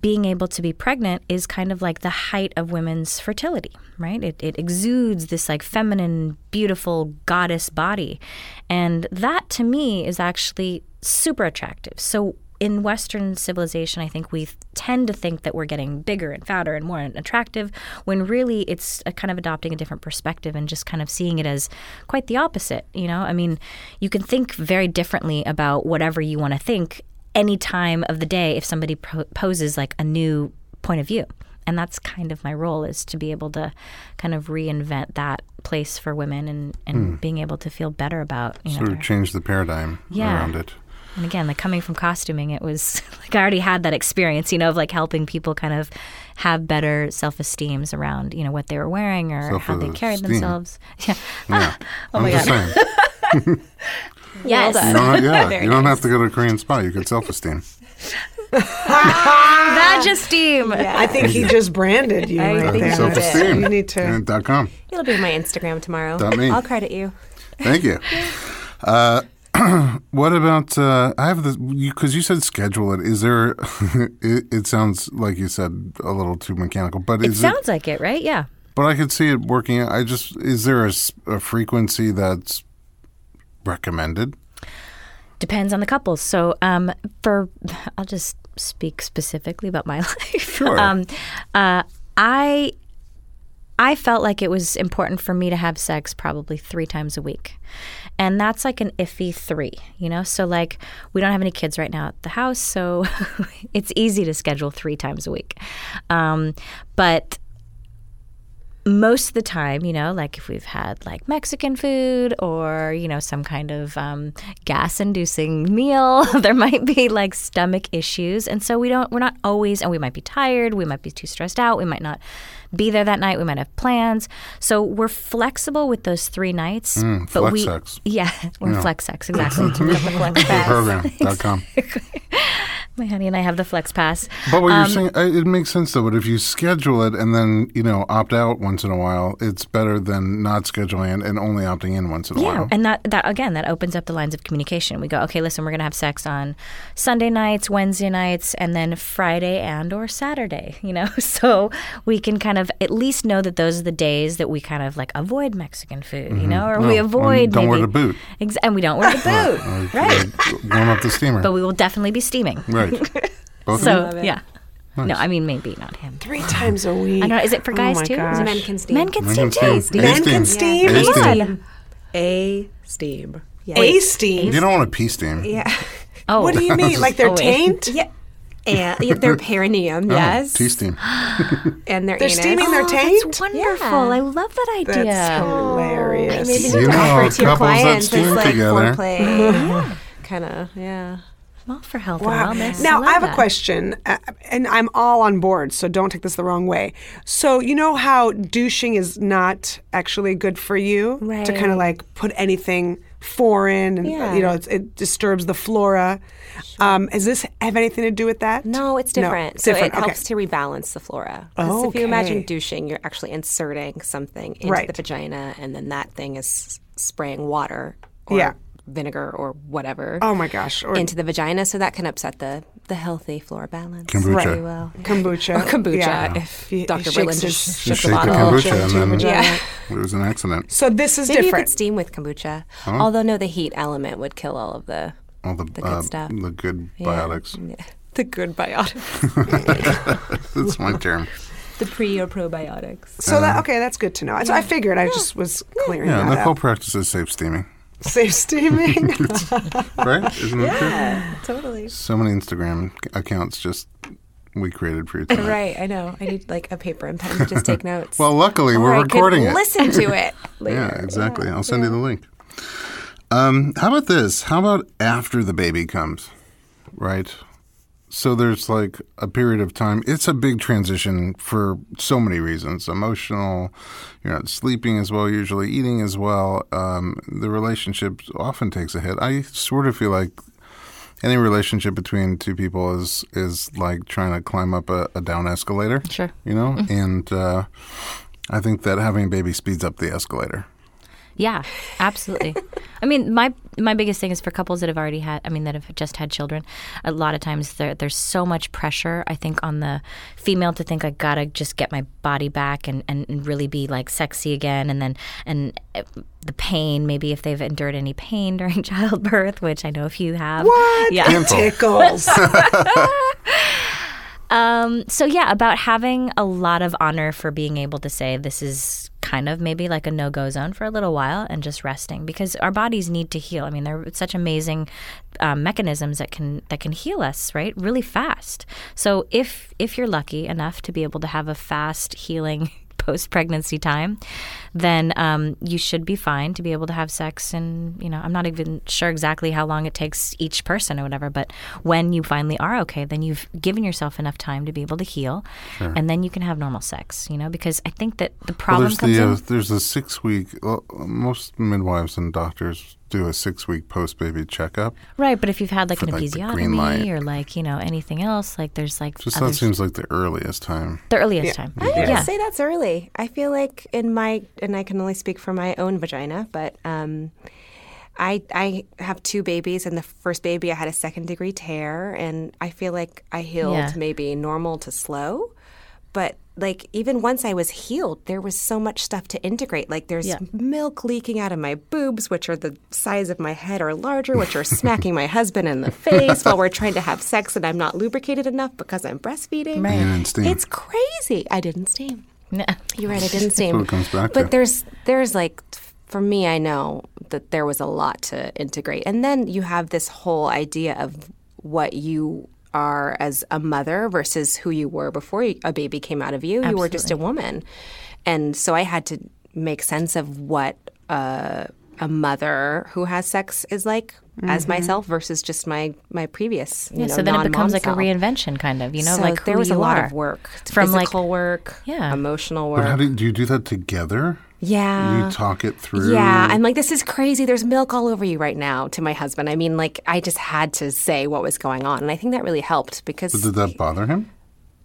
being able to be pregnant is kind of like the height of women's fertility, right? It, it exudes this like feminine, beautiful goddess body. And that to me is actually super attractive. So in Western civilization, I think we tend to think that we're getting bigger and fatter and more attractive, when really it's a kind of adopting a different perspective and just kind of seeing it as quite the opposite. You know, I mean, you can think very differently about whatever you want to think any time of the day if somebody pro- poses like a new point of view. And that's kind of my role is to be able to kind of reinvent that place for women and, Hmm. and being able to feel better about, you know, Sort of their- change the paradigm Yeah. around it. and again, like coming from costuming, it was like I already had that experience, you know, of like helping people kind of have better self esteems around, you know, what they were wearing or how they carried Self-esteem. themselves. Yeah. Yeah. I'm Oh my just God. saying. Yes. You don't, have, Uh, yeah, you don't have to go to a Korean spa. You could self-esteem. Vag-esteem. I think he just branded you I right think there. so. Self-esteem. You need to- And dot com. It'll be on my Instagram tomorrow. Not me. I'll credit you. Thank you. Uh, what about uh, I have the because you, said schedule it. Is there? it, it sounds like you said a little too mechanical, but It is sounds like it, right? Yeah. But I could see it working. I just is there a, s- a frequency that's recommended? Depends on the couple. So, um, for I'll just speak specifically about my life. Sure. Um, uh, I I felt like it was important for me to have sex probably three times a week. And that's like an iffy three, you know? So, like, we don't have any kids right now at the house, so it's easy to schedule three times a week. Um, but most of the time, you know, like if we've had like Mexican food or, you know, some kind of um, gas inducing meal, there might be like stomach issues. And so we don't, we're not always, and we might be tired, we might be too stressed out, we might not be there that night, we might have plans. So we're flexible with those three nights. but flex we, sex. yeah, we're flex sex, exactly. Program.com. My honey and I have the flex pass. But what you're saying, I, it makes sense though. But if you schedule it and then you know opt out once in a while, it's better than not scheduling it and only opting in once in a Yeah, while. and that that again that opens up the lines of communication. We go, okay, listen, we're gonna have sex on Sunday nights, Wednesday nights, and then Friday and or Saturday. You know, so we can kind of at least know that those are the days that we kind of like avoid Mexican food. You know, or we No, avoid Mm-hmm. and don't wear maybe- the boot. Ex- and we don't wear the boot, Like, right? uh, warm up the steamer. But we will definitely be steaming. right. Both of So yeah, no, I mean maybe not him. Three times a week. I don't know. Is it for Oh guys my too? gosh. Men can steam. Men can you? steam Steam. too. A Men steam. can steam. A Come steam. on. A steam. Yeah. A steam. You don't want a pee steam. Oh, What do you mean? Like their Oh, wait. taint? And yeah, their perineum, Oh, yes. Pee steam. and their They're anus. steaming their taint? Oh, That's wonderful. I love that idea. Oh, That's hilarious. Maybe You you know, offer it to your couples that clients. It's steam like together. foreplay. kind of, yeah. Well, for health Wow. and wellness. Now, love I have a that. question, uh, and I'm all on board, so don't take this the wrong way. So, you know how douching is not actually good for you to kind of like put anything foreign and, uh, Yeah. you know, it's, it disturbs the flora. Um, does this have anything to do with that? No, it's different. it's so different. it okay. helps to rebalance the flora. 'Cause if you imagine Okay. douching, you're actually inserting something into Right. the vagina, and then that thing is spraying water or Yeah. vinegar or whatever Oh my gosh. Or into the vagina. So that can upset the, the healthy flora balance. Kombucha. if you will. kombucha. Or kombucha, Yeah. if You- Dr. shakes Berlin the- just You shook the shake the bottle. kombucha Shake and then the Yeah. it was an accident. So, this is Maybe you different. could steam with kombucha. Although no, the heat element would kill all of the All the, good uh, stuff. the good yeah, biotics. yeah. the good biotics, That's my term. the pre or probiotics. so, that, okay, that's good to know. So I figured I just was clearing Yeah, that the whole up. practice is safe steaming, Safe steaming. right? Isn't that true? Totally. So many Instagram c- accounts just we created for you tonight. Right, I know. I need like a paper and pen to just take notes. Well, luckily Or we're I could recording it. Listen to it. later. Yeah, exactly. I'll send you the link. Um, how about this? How about after the baby comes, right? So there's like a period of time. It's a big transition for so many reasons emotional, you're not sleeping as well, usually eating as well. Um, the relationship often takes a hit. I sort of feel like any relationship between two people is is like trying to climb up a, a down escalator. Sure. You know? And uh, I think that having a baby speeds up the escalator. Yeah, absolutely. I mean, my my biggest thing is for couples that have already had, I mean, that have just had children. A lot of times there, there's so much pressure. I think on the female to think I gotta just get my body back and, and, and really be like sexy again, and then and uh, the pain maybe if they've endured any pain during childbirth, which I know if you have. What? Yeah. Tickles. Um, so yeah, about having a lot of honor for being able to say this is kind of maybe like a no-go zone for a little while and just resting because our bodies need to heal. I mean, there are such amazing um, mechanisms that can that can heal us right really fast. So if if you're lucky enough to be able to have a fast healing post-pregnancy time, then um, you should be fine to be able to have sex. And you know, I'm not even sure exactly how long it takes each person or whatever. But when you finally are okay, then you've given yourself enough time to be able to heal, and then you can have normal sex. You know, because I think that the Well, problem there's comes the in. uh, there's a six week. Well, most midwives and doctors do a six week post baby checkup. Right, but if you've had like For, an like, the green light. episiotomy or like you know anything else, like there's like Just that others- seems like the earliest time. the earliest time. I would Yeah. say that's early. I feel like in my and I can only speak for my own vagina, but um, I I have two babies, and the first baby I had a second degree tear, and I feel like I healed Yeah. maybe normal to slow, but like even once I was healed, there was so much stuff to integrate. Like there's Yeah. milk leaking out of my boobs, which are the size of my head or larger, which are smacking my husband in the face while we're trying to have sex, and I'm not lubricated enough because I'm breastfeeding. You didn't steam. It's crazy. I didn't steam. You're right. I didn't steam. what it comes back but to. there's there's like for me, I know that there was a lot to integrate, and then you have this whole idea of what you are as a mother versus who you were before you- a baby came out of you. You were just a woman, and so I had to make sense of what uh, a mother who has sex is like as myself versus just my my previous. you Mm-hmm. Yeah, know, so then it becomes non-mom like a self. reinvention, kind of, you know, So like who there was a you lot are. of work, From, like- physical work, Yeah. emotional But how work. do, do you do that together? yeah, you talk it through. yeah. I'm like, this is crazy. There's milk all over you right now. To my husband, I mean, like, I just had to say what was going on, and I think that really helped because Did that bother him?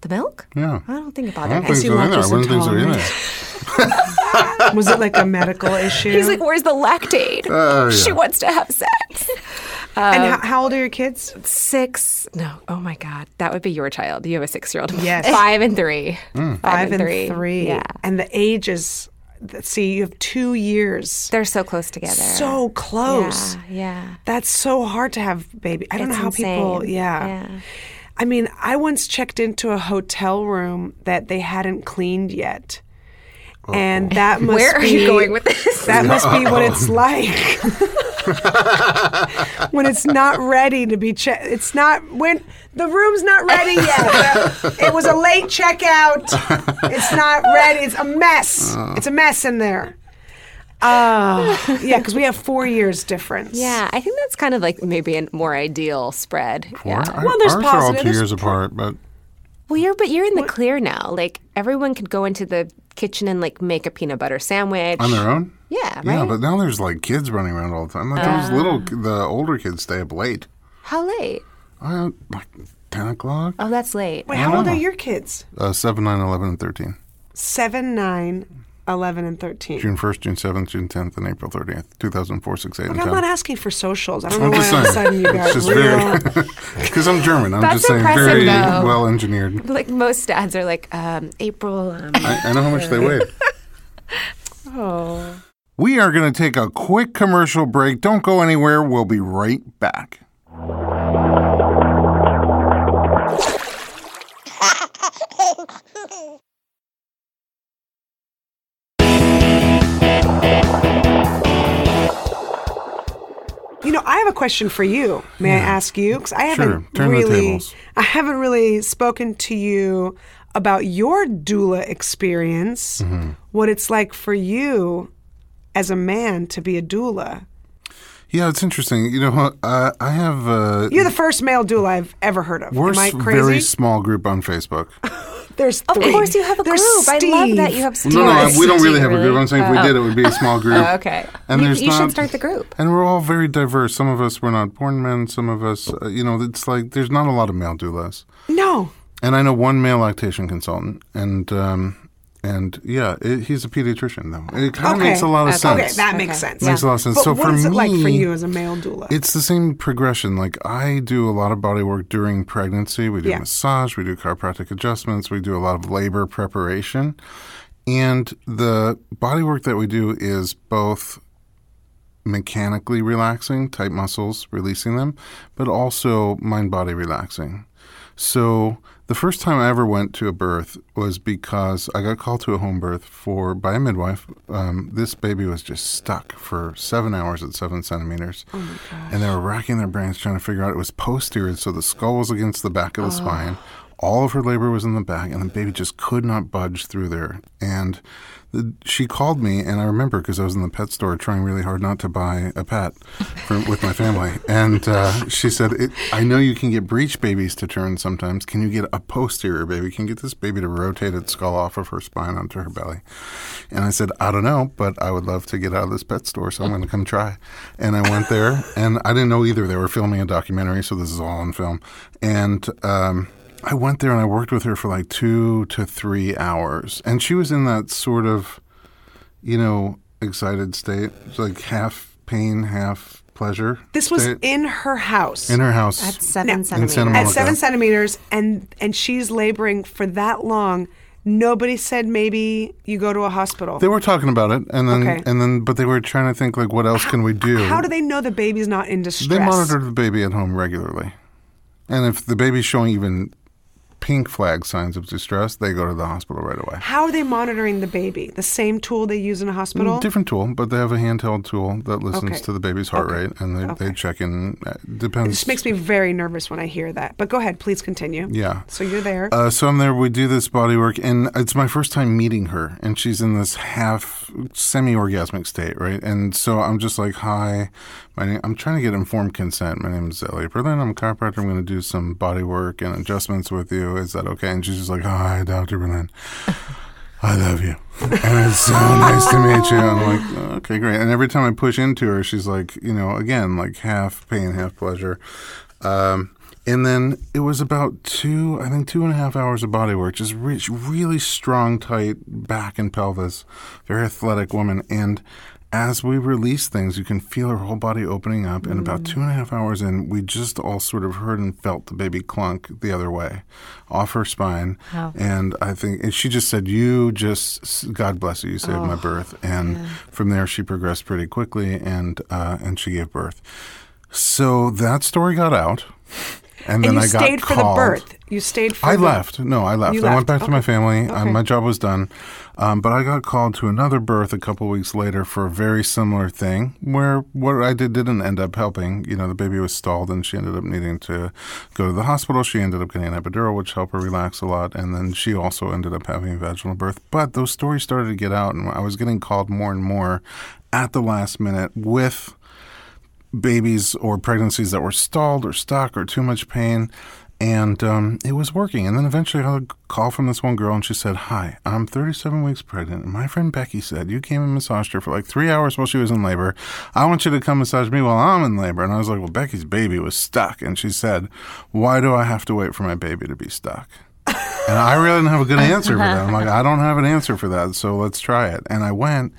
the milk. Yeah. I don't think it I bothered don't him. think so either. I lactose wouldn't think so either. intolerant? Was it like a medical issue? He's like, where's the lactate? Oh, yeah. She wants to have sex. and um, how, how old are your kids? Six? No. Oh my God, that would be your child. You have a six-year-old. Yes. Five and three. Hmm. Five, Five and three. Yeah. And the ages. th- See, you have two years. They're so close together. So close. Yeah. Yeah. That's so hard to have baby. I don't It's know how people. insane. Yeah. Yeah. I mean, I once checked into a hotel room that they hadn't cleaned yet. And that must Where are be, you going with this? That must be what it's like when it's not ready to be checked. It's not when the room's not ready yet. it was a late checkout. It's not ready. It's a mess. It's a mess in there. Uh, yeah, because we have four years difference. Yeah, I think that's kind of like maybe a more ideal spread. Or- Yeah. I- Well, there's ours are all positive, two there's years apart, but Well, you're but you're in the clear now. Like everyone could go into the kitchen and like make a peanut butter sandwich. on their own. Yeah, Yeah, right? Uh. but now there's like kids running around all the time. Like those little, the older kids stay up late. How late? Uh, like ten o'clock. Oh, that's late. Wait, how old know. are your kids? Uh, seven, nine, eleven, and thirteen. 7, 9, 11, and 13. June 1st, June 7th, June 10th, and April 30th, 2004, 6, 8, Look, and I'm 10. not asking for socials. I don't know I'm why just all of a sudden saying. you got It's just real. very, because I'm German. I'm That's just saying, impressive, very though. well engineered. Like most dads are like um, April. Um, I, I know how much they weigh. Oh. We are going to take a quick commercial break. Don't go anywhere. We'll be right back. You know, I have a question for you. May I ask you? Because I haven't Turn the really, tables. I haven't really spoken to you about your doula experience. Mm-hmm. What it's like for you as a man to be a doula. Yeah, it's interesting. You know, uh, I have uh, You're the first male doula I've ever heard of. we're Am I s- crazy? very small group on Facebook. There's Of three. course, you have a There's group. I love that Steve. you have Steve. No, no, we don't really Steve, have a group. I'm saying if we Oh. did, it would be a small group. Oh, okay. And You- there's you should not- start the group. And we're all very diverse. Some of us were not born men. Some of us, uh, you know, it's like there's not a lot of male doulas. No. And I know one male lactation consultant, and um, and yeah, it, he's a pediatrician though. It kind of Okay. makes a lot of sense. Okay, that makes sense. Makes a lot of sense. But So what for is it like for me, you as a male doula? It's the same progression. Like I do a lot of body work during pregnancy. We do Yeah. massage, we do chiropractic adjustments, we do a lot of labor preparation. And the body work that we do is both mechanically relaxing, tight muscles, releasing them, but also mind body relaxing. So the first time I ever went to a birth was because I got called to a home birth for by a midwife. Um, this baby was just stuck for seven hours at seven centimeters, and they were racking their brains trying to figure out it was posterior, so the skull was against the back of the spine. All of her labor was in the back, and the baby just could not budge through there. And the, she called me, and I remember because I was in the pet store trying really hard not to buy a pet for, with my family. And uh, she said, it, "I know you can get breech babies to turn sometimes. Can you get a posterior baby? Can you get this baby to rotate its skull off of her spine onto her belly?" And I said, I don't know, but I would love to get out of this pet store, so I'm going to come try. And I went there, and I didn't know either. They were filming a documentary, so this is all on film. And um, I went there and I worked with her for like two to three hours. And she was in that sort of, you know, excited state, It's like half pain, half pleasure. this was state. in her house. in her house. At seven No. In Santa centimeters. at Monica. seven centimeters and and she's laboring for that long nobody said maybe you go to a hospital They were talking about it, and then Okay. and then, but they were trying to think like, what else can we do? how do they know the baby's not in distress They monitor the baby at home regularly. And if the baby's showing even pink flag signs of distress, they go to the hospital right away. how are they monitoring the baby the same tool they use in a hospital Mm, Different tool, but they have a handheld tool that listens Okay. to the baby's heart Okay. rate and they, they Okay. check in. uh, it Depends. just makes me very nervous when i hear that but go ahead please continue Yeah. so you're there Uh, so I'm there. We do this body work, and it's my first time meeting her, and she's in this half semi-orgasmic state, right? And so I'm just like, "Hi, my name." I'm trying to get informed consent. My name is Elliot Berlin. I'm a chiropractor. I'm going to do some body work and adjustments with you. Is that okay? And she's just like, "Hi, Doctor Berlin." I love you. And it's so nice to meet you. I'm like, okay, great. And every time I push into her, she's like, you know, again, like half pain, half pleasure. Um, and then it was about two, I think, two and a half hours of body work, just re- really strong, tight back and pelvis, very athletic woman. And as we release things, you can feel her whole body opening up. And about two and a half hours in, we just all sort of heard and felt the baby clunk the other way off her spine. And I think and she just said, You just, God bless you, you saved Oh, my birth. And from there, she progressed pretty quickly and, uh, and she gave birth. So that story got out. And then and you I got stayed for the called. birth you stayed for I the- left. No, I left. I You went left. back to my Okay. family. Um, Okay. my job was done. Um, but I got called to another birth a couple weeks later for a very similar thing where what I did didn't end up helping. You know, the baby was stalled and she ended up needing to go to the hospital. She ended up getting an epidural, which helped her relax a lot. And then she also ended up having a vaginal birth. But those stories started to get out, and I was getting called more and more at the last minute with babies or pregnancies that were stalled or stuck or too much pain. And um, it was working. And then eventually I got a call from this one girl and she said, Hi, I'm 37 weeks pregnant. And my friend Becky said, You came and massaged her for like three hours while she was in labor. I want you to come massage me while I'm in labor. And I was like, Well, Becky's baby was stuck. And she said, Why do I have to wait for my baby to be stuck? And I really didn't have a good answer for that. I'm like, I don't have an answer for that, so let's try it. And I went,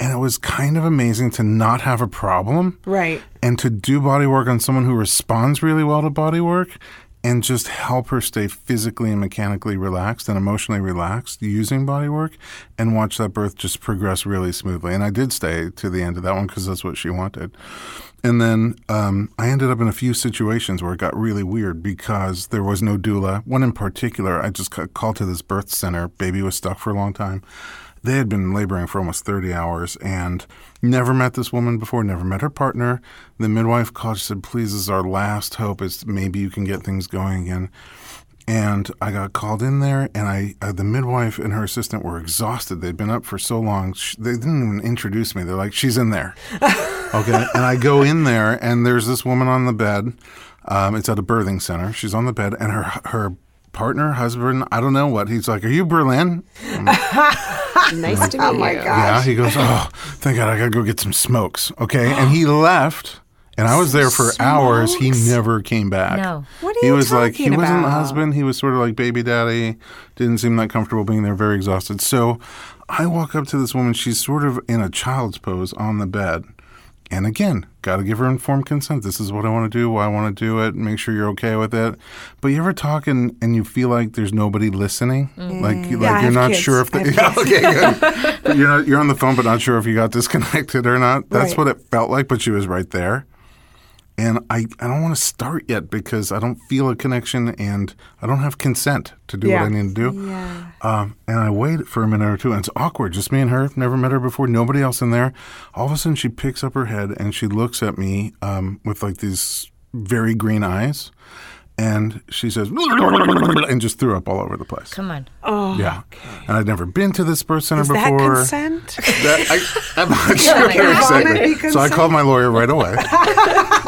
and it was kind of amazing to not have a problem right and to do body work on someone who responds really well to body work and just help her stay physically and mechanically relaxed and emotionally relaxed using body work and watch that birth just progress really smoothly. And I did stay to the end of that one because that's what she wanted. And then um, I ended up in a few situations where it got really weird because there was no doula. One in particular, I just got called to this birth center. Baby was stuck for a long time. They had been laboring for almost 30 hours and never met this woman before, never met her partner. The midwife called, she said, Please, this is our last hope. Is maybe you can get things going again. And I got called in there, and I uh, the midwife and her assistant were exhausted. They'd been up for so long. Sh they didn't even introduce me. They're like, "She's in there." Okay. And I go in there, and there's this woman on the bed. Um, it's at a birthing center. She's on the bed, and her her partner, husband, I don't know what. He's like, "Are you Berlin?" Nice Oh to meet you. my God. Yeah. He goes, "Oh, thank God, I gotta go get some smokes." Okay. And he left, and I was there for hours. He never came back. No. What are He you was like, he talking wasn't a about? husband. He was sort of like baby daddy. Didn't seem that comfortable being there. Very exhausted. So, I walk up to this woman. She's sort of in a child's pose on the bed. And again, got to give her informed consent. This is what I want to do, why I want to do it, make sure you're okay with it. But you ever talk and, and you feel like there's nobody listening? Mm. Like, like I you're have not kids. sure if I they, okay, good. But you're, not, you're on the phone, but not sure if you got disconnected or not. That's Right. what it felt like, but she was right there. And I, I don't want to start yet because I don't feel a connection and I don't have consent to do Yeah. what I need to do. Yeah. Um, and I wait for a minute or two and it's awkward. Just me and her. Never met her before. Nobody else in there. All of a sudden she picks up her head and she looks at me um, with like these very green eyes. And she says, and just threw up all over the place. Come on. Yeah. And I'd never been to this birth center Is that before. consent? That- I, am not sure Vomit be exactly. So I called my lawyer right away. uh,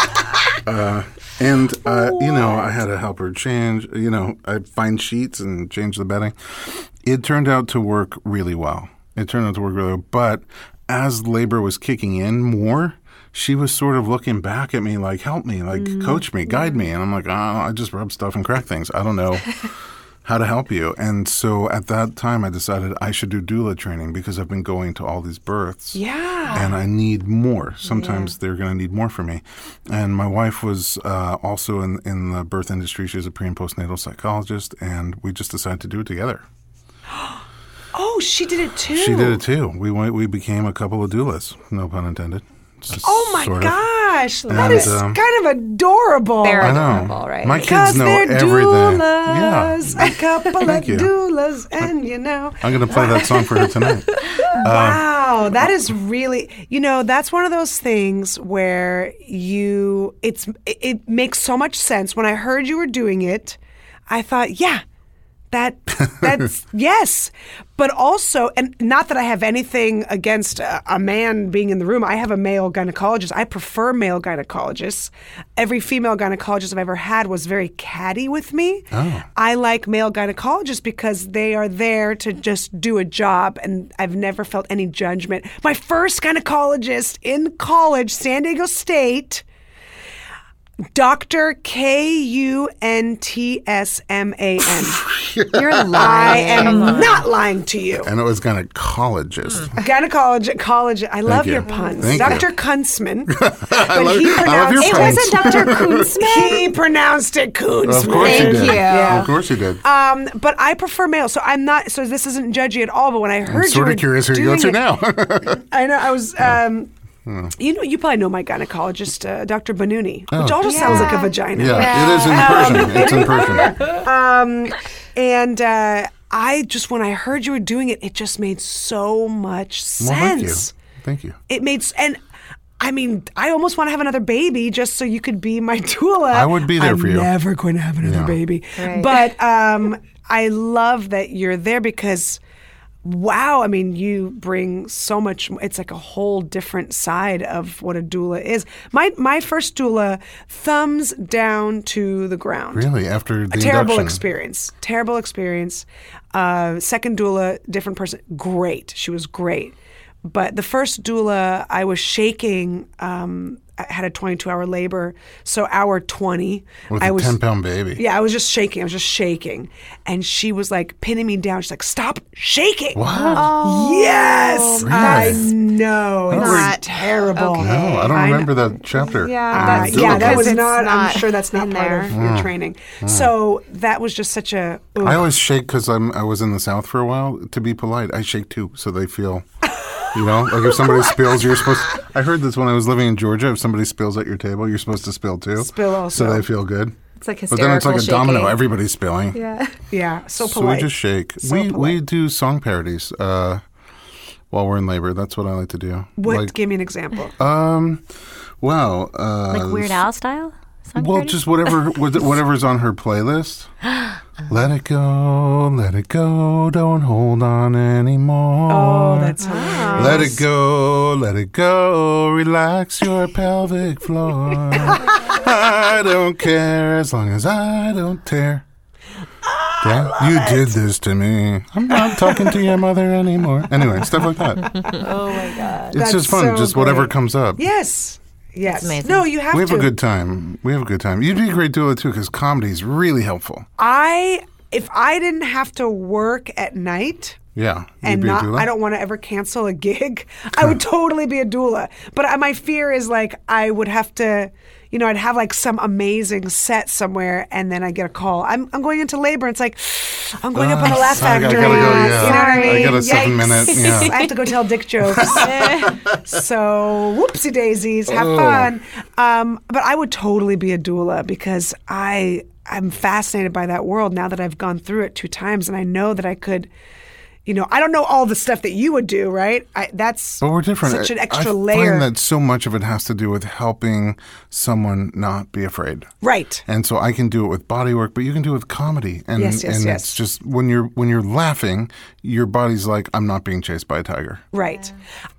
and, uh, you know, I had to help her change, you know, I find sheets and change the bedding. It turned out to work really well. It turned out to work really well. But as labor was kicking in more, she was sort of looking back at me like, help me, like, coach me, guide me. And I'm like, oh, I just rub stuff and crack things. I don't know how to help you. And so at that time, I decided I should do doula training because I've been going to all these births. Yeah. And I need more. Sometimes they're going to need more from me. And my wife was uh, also in, in the birth industry. She's a pre and postnatal psychologist. And we just decided to do it together. Oh, she did it too. She did it too. We went, we became a couple of doulas, no pun intended. Just Oh my sort of. gosh, that And, is um, kind of adorable. I know. adorable, right? My kids Cause know they're everything. Yeah. doulas, a couple of Thank you. uh, doulas, and you know, I'm going to play that song for her tonight. wow, that is really, you know, that's one of those things where you, it's, it, it makes so much sense. When I heard you were doing it, I thought, yeah, that, that's yes, but also, and not that I have anything against a, a man being in the room. I have a male gynecologist. I prefer male gynecologists. Every female gynecologist I've ever had was very catty with me. I like male gynecologists because they are there to just do a job, and I've never felt any judgment. My first gynecologist in college, San Diego State. Dr. K U N T S M A N. You're I lying. am not lying to you. And it was gynecologist. Mm-hmm. Gynecologist, college. I love you. your puns. Thank you. Dr. Kuntzman. I, But love, he I love your pronounced- it puns. wasn't Dr. Kuntzman. he pronounced it Kuntzman. Of course you Thank did. you. Yeah. Of course you did. Um, but I prefer male, so I'm not. So this isn't judgy at all. But when I heard, I'm sort you of were curious who you go doing to now. it- Hmm. I know. I was. Um, You know, you probably know my gynecologist, uh, Dr. Benuni, which also sounds like a vagina. Oh. yeah, it is in Persian. It's in Persian. Um, And uh, I just when I heard you were doing it, it just made so much sense. Well, thank you. Thank you. It made s- and I mean, I almost want to have another baby just so you could be my doula. I would be there I'm for you. Never going to have another Yeah. baby, Right. but um, I love that you're there because. Wow, I mean, you bring so much. It's like a whole different side of what a doula is. My my first doula, thumbs down to the ground Really, after the terrible induction. experience. Terrible experience. Uh, second doula, different person. Great. She was great. But the first doula, I was shaking. Um, I had a 22 hour labor. So, hour 20, With I a was. 10 pound baby. yeah, I was just shaking. I was just shaking. And she was like pinning me down. She's like, stop shaking. Wow. Oh. Yes. I know. It's Oh, Not terrible. no, I don't remember that chapter. Yeah, Uh, that's Doula. yeah, that because was it's not, not I'm sure that's not in part there. of your training. So that was just such a. ugh. Mm. I always shake because I'm I was in the South for a while. To be polite, I shake too, so they feel, you know, like if somebody spills, you're supposed. I heard this when I was living in Georgia. If somebody spills at your table, you're supposed to spill too. Spill also. So they feel good. It's like But then it's like a hysterical domino. shaking. Everybody's spilling. Yeah. Yeah, so So we polite. just shake. So we we polite. do song parodies uh, while we're in labor. That's what I like Uh, to do. what? Like, give me an example. um, wow. Uh, Like Weird Al style? song? Well, parody? just whatever wha- whatever's on her playlist. let it go, let it go, don't hold on anymore. Oh, that's Ah. hilarious. Let it go, let it go, relax your pelvic floor. I don't care as long as I don't tear. Yeah, you did this to me. I'm not talking to your mother anymore. Anyway, stuff like that. Oh my god, it's That's just fun. so just whatever great. comes up. Yes. Yes. amazing. No, you have We have to. a good time. We have a good time. You'd be a great doula too, because comedy is really helpful. I if I didn't have to work at night Yeah, you'd and be a not doula? I don't want to ever cancel a gig, I would totally be a doula. But I, my fear is like I would have to you know, I'd have like some amazing set somewhere and then I get a call. I'm I'm going into labor. It's like I'm going up on a Ah, laugh sorry, I factory. gotta go, You know what I yeah. I mean? got a seven Yikes. minute, yeah. I have to go tell dick jokes. Eh. so whoopsie daisies, have fun. Um, but I would totally be a doula because I I'm fascinated by that world now that I've gone through it two times and I know that I could. You know, I don't know all the stuff that you would do, right? I, that's But we're different. Such an I- extra I layer, find that so much of it has to do with helping someone not be afraid. right? And so I can do it with body work, but you can do it with comedy. And, Yes, yes, and yes. it's just when you're when you're laughing, your body's like, I'm not being chased by a tiger. Right.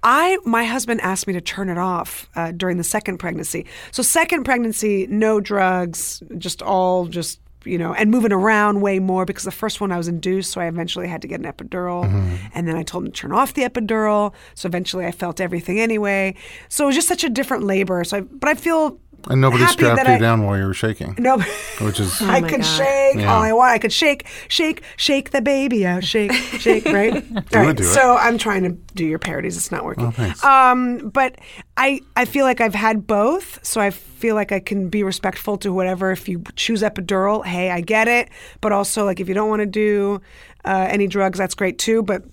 I my husband asked me to turn it off uh, during the second pregnancy. So second pregnancy, no drugs, just all just you know, and moving around way more because the first one I was induced, so I eventually had to get an epidural, Mm-hmm. and then I told him to turn off the epidural. So eventually, I felt everything anyway. So it was just such a different labor. So, I, but I feel And nobody happy strapped that you I- down while you were shaking. No. Which is I could shake Yeah. all I want. I could shake, shake, shake the baby out, shake, shake, right? all right. do it. Oh, So I'm trying to do your parodies. It's not working. thanks. um, but I I feel like I've had both, so I feel like I can be respectful to whatever. If you choose epidural, hey, I get it. But also, like if you don't want to do uh, any drugs, that's great too. But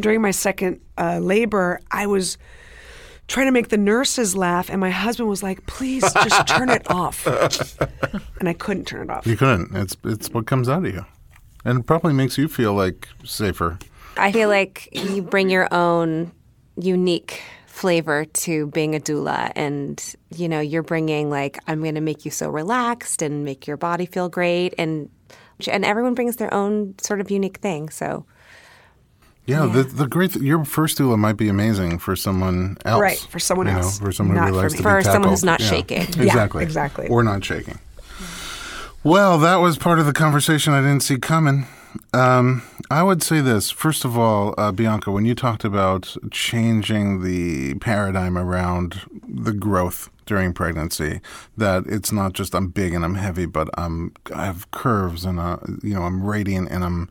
during my second uh, labor, I was trying to make the nurses laugh, and my husband was like, "Please, just turn it off," and I couldn't turn it off. you couldn't. It's it's what comes out of you. And it probably makes you feel like safer. I feel like you bring your own unique flavor to being a doula and you know you're bringing like I'm going to make you so relaxed and make your body feel great and and everyone brings their own sort of unique thing so Yeah, The, the great th- your first doula might be amazing for someone else, Right, for someone you know, else, for someone not who for likes me. to be For someone who's tackled. not shaking. Yeah, exactly, exactly. or not shaking. Well, that was part of the conversation I didn't see coming. Um, I would say this first of all, uh, Bianca, when you talked about changing the paradigm around the growth during pregnancy, that it's not just I'm big and I'm heavy, but I'm I have curves and uh, you know I'm radiant and I'm,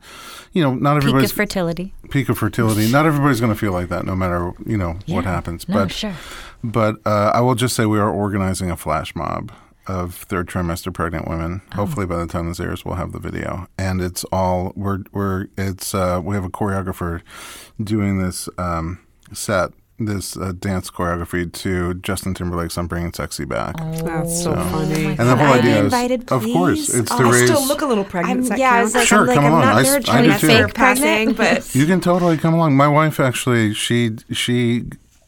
you know, not Peak everybody's of fertility. peak of fertility. Not everybody's going to feel like that, no matter you know what happens. No, but sure. but uh, I will just say we are organizing a flash mob of third trimester pregnant women. Oh. Hopefully, by the time this airs, we'll have the video. And it's all we're we're it's uh, we have a choreographer doing this um, set. This uh, dance choreography to Justin Timberlake's "I'm Bringing Sexy Back," Oh. That's so funny. and the whole Can I be idea is, invited, of course, please? it's Oh, to I raise. Still look a little pregnant. I'm, Does that yeah I was count? like Sure, I'm like come I'm on. I not s- third I do too. trimester passing but You can totally come along. My wife actually, she she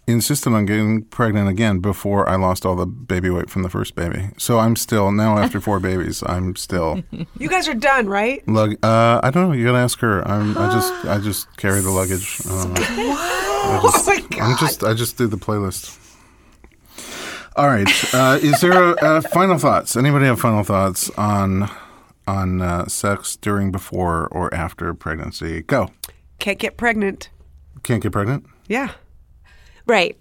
insisted on getting pregnant again before I lost all the baby weight from the first baby. So I'm still now after four babies, I'm still you guys are done, right? lug. Uh, I don't know. You gotta ask her. I'm, I just I just carry the luggage. I don't know. Oh my god! I'm just I just do the playlist. All right. Uh, is there a, a final thoughts? Anybody have final thoughts on on uh, sex during, before, or after pregnancy? Go. Can't get pregnant. Can't get pregnant. Yeah. right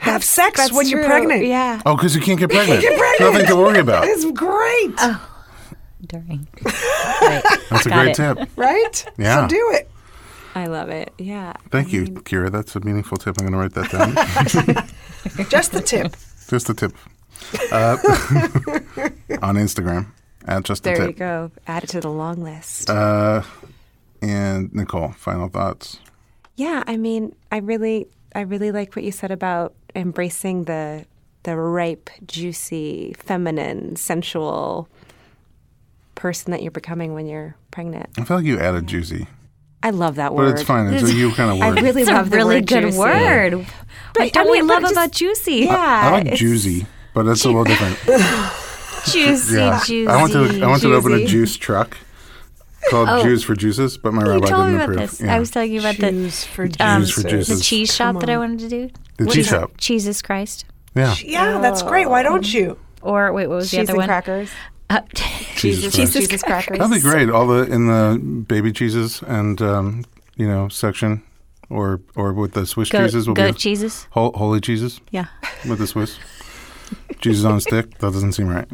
Have sex that's when you're true. pregnant. yeah Oh, because you can't get pregnant. Get pregnant. Nothing to worry about. It's great, Uh. During. Right. That's a Got great it. tip. right? Yeah. So do it. I love it yeah Thank you, Kira. That's a meaningful tip. I'm going to write that down. Just the tip. just a tip. Uh, on Instagram at just there a you tip. go add it to the long list Uh, and Nicole, final thoughts. Yeah, I mean, I really, I really like what you said about embracing the the ripe, juicy, feminine, sensual person that you're becoming when you're pregnant. I feel like you added juicy, I love that but word. it's fine. It's a you kind of I word. really It's a love the really word good juicy. word. What I don't we mean, but love just- about juicy? Yeah, I like it's- juicy, but that's a little different. Juicy, juicy. I wanted to, I wanted to open a juicy. juice truck called Oh. Jews for Juices, but my You rabbi told me didn't about approve. this. Yeah. I was telling you about the Jews for um, Jews for the Jesus. cheese shop that I wanted to do. The What cheese is it? shop. Jesus Christ. yeah. Yeah, that's great. Why don't you? Or wait, what was the Cheese other and one? crackers. Uh, Jesus Christ. Jesus crackers. That'd be great. All the in the baby cheeses and um, you know section, or or with the Swiss Goat, cheeses will goat be cheeses. Hol- holy cheeses Yeah. with the Swiss cheeses on a stick. That doesn't seem right.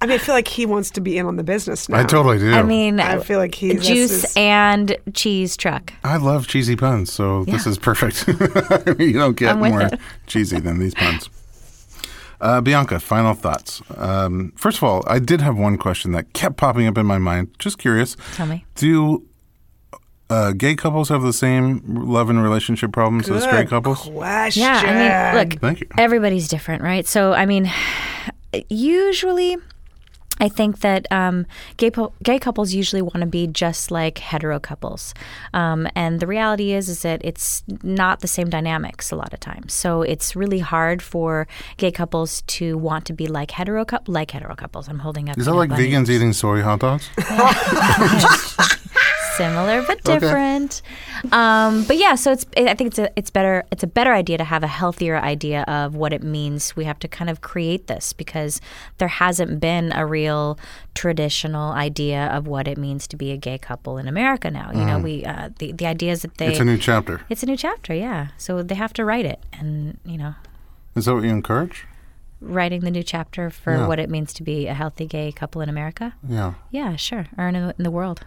I mean, I feel like he wants to be in on the business now. I totally do. I mean, I uh, feel like he this juice is- and cheese truck. I love cheesy puns, so this Yeah. is perfect. I mean, you don't get I'm with more it. cheesy than these puns. Uh, Bianca, final thoughts. Um, first of all, I did have one question that kept popping up in my mind. Just curious. Tell me. Do uh, gay couples have the same love and relationship problems as straight Good couples? Question. Yeah, I mean, look, Thank you. everybody's different, right? So, I mean, usually, I think that um, gay po- gay couples usually want to be just like hetero couples, um, and the reality is is that it's not the same dynamics a lot of times. So it's really hard for gay couples to want to be like hetero cou- like hetero couples. I'm holding up. Is that peanut like butter. vegans eating soy hot dogs? similar but different. Um, but yeah, so it's I think it's a it's better it's a better idea to have a healthier idea of what it means. We have to kind of create this because there hasn't been a real traditional idea of what it means to be a gay couple in America now. You know, we uh, the the idea is that they Mm. It's a new chapter. it's a new chapter, yeah. So they have to write it, and you know. Is that what you encourage? Writing the new chapter for Yeah. what it means to be a healthy gay couple in America? Yeah. Yeah, sure. Or in, in the world.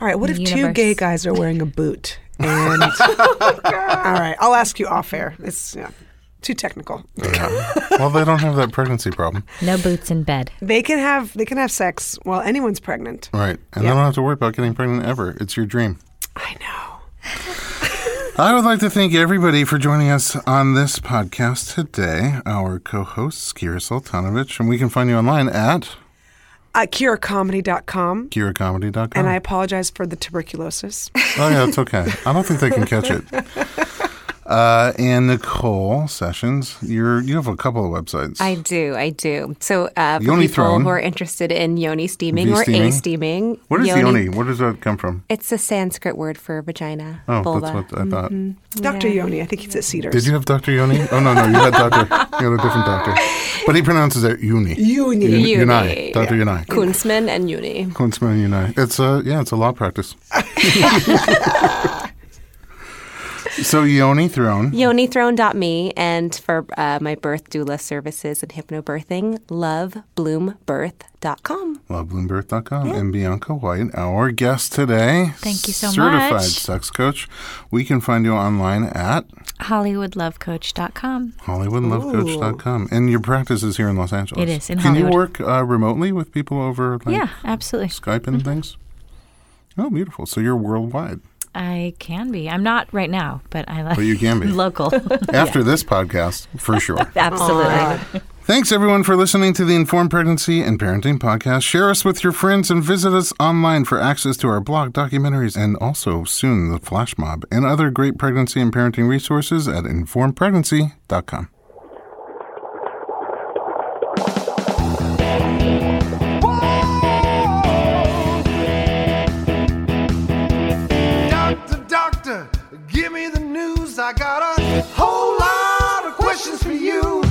All right, what if two universe. gay guys are wearing a boot? Oh And all right, I'll ask you off air. It's yeah, too technical. well, they don't have that pregnancy problem. No boots in bed. They can have they can have sex while anyone's pregnant. Right. And they don't have to worry about getting pregnant ever. It's your dream. I know. I would like to thank everybody for joining us on this podcast today. Our co host, Kira Sultanovich, and we can find you online at Uh, CureComedy.com. kiracomedy.com. And I apologize for the tuberculosis. Oh, yeah, it's okay. I don't think they can catch it. Uh, and Nicole Sessions, you're, you have a couple of websites. I do, I do. So uh, for Yoni people Throne. who are interested in yoni steaming V or steaming. a steaming, what is yoni? Where does that come from? It's a Sanskrit word for vagina, Oh, vulva. that's what I thought. Dr. Yoni, I think he's at Cedars. Did you have Dr. Yoni? Oh, no, no, you had Dr. You had a different doctor. But he pronounces it Uni. Yoni. Uni. Uni. Unai. Dr. Unai. Kunstmann and uni. Huntsman Unite. It's a yeah, it's a law practice. so Yoni Throne. YoniThrone.me and for uh, my birth doula services and hypnobirthing, lovebloomebirth.com. LoveBloomBirth.com and Bianca White, our guest today. Thank you so Certified much. sex coach. We can find you online at HollywoodLoveCoach.com. HollywoodLoveCoach.com. And your practice is here in Los Angeles. It is, in Can you Hollywood. work uh, remotely with people over like, Yeah, Mm-hmm. absolutely. Skype and things? Oh, beautiful. So you're worldwide. I can be. I'm not right now, but I like But you can be. local. After this podcast, for sure. Absolutely. Thanks, everyone, for listening to the Informed Pregnancy and Parenting Podcast. Share us with your friends and visit us online for access to our blog, documentaries, and also soon the Flash Mob and other great pregnancy and parenting resources at informedpregnancy.com. Doctor, doctor, give me the news. I got a whole lot of questions for you.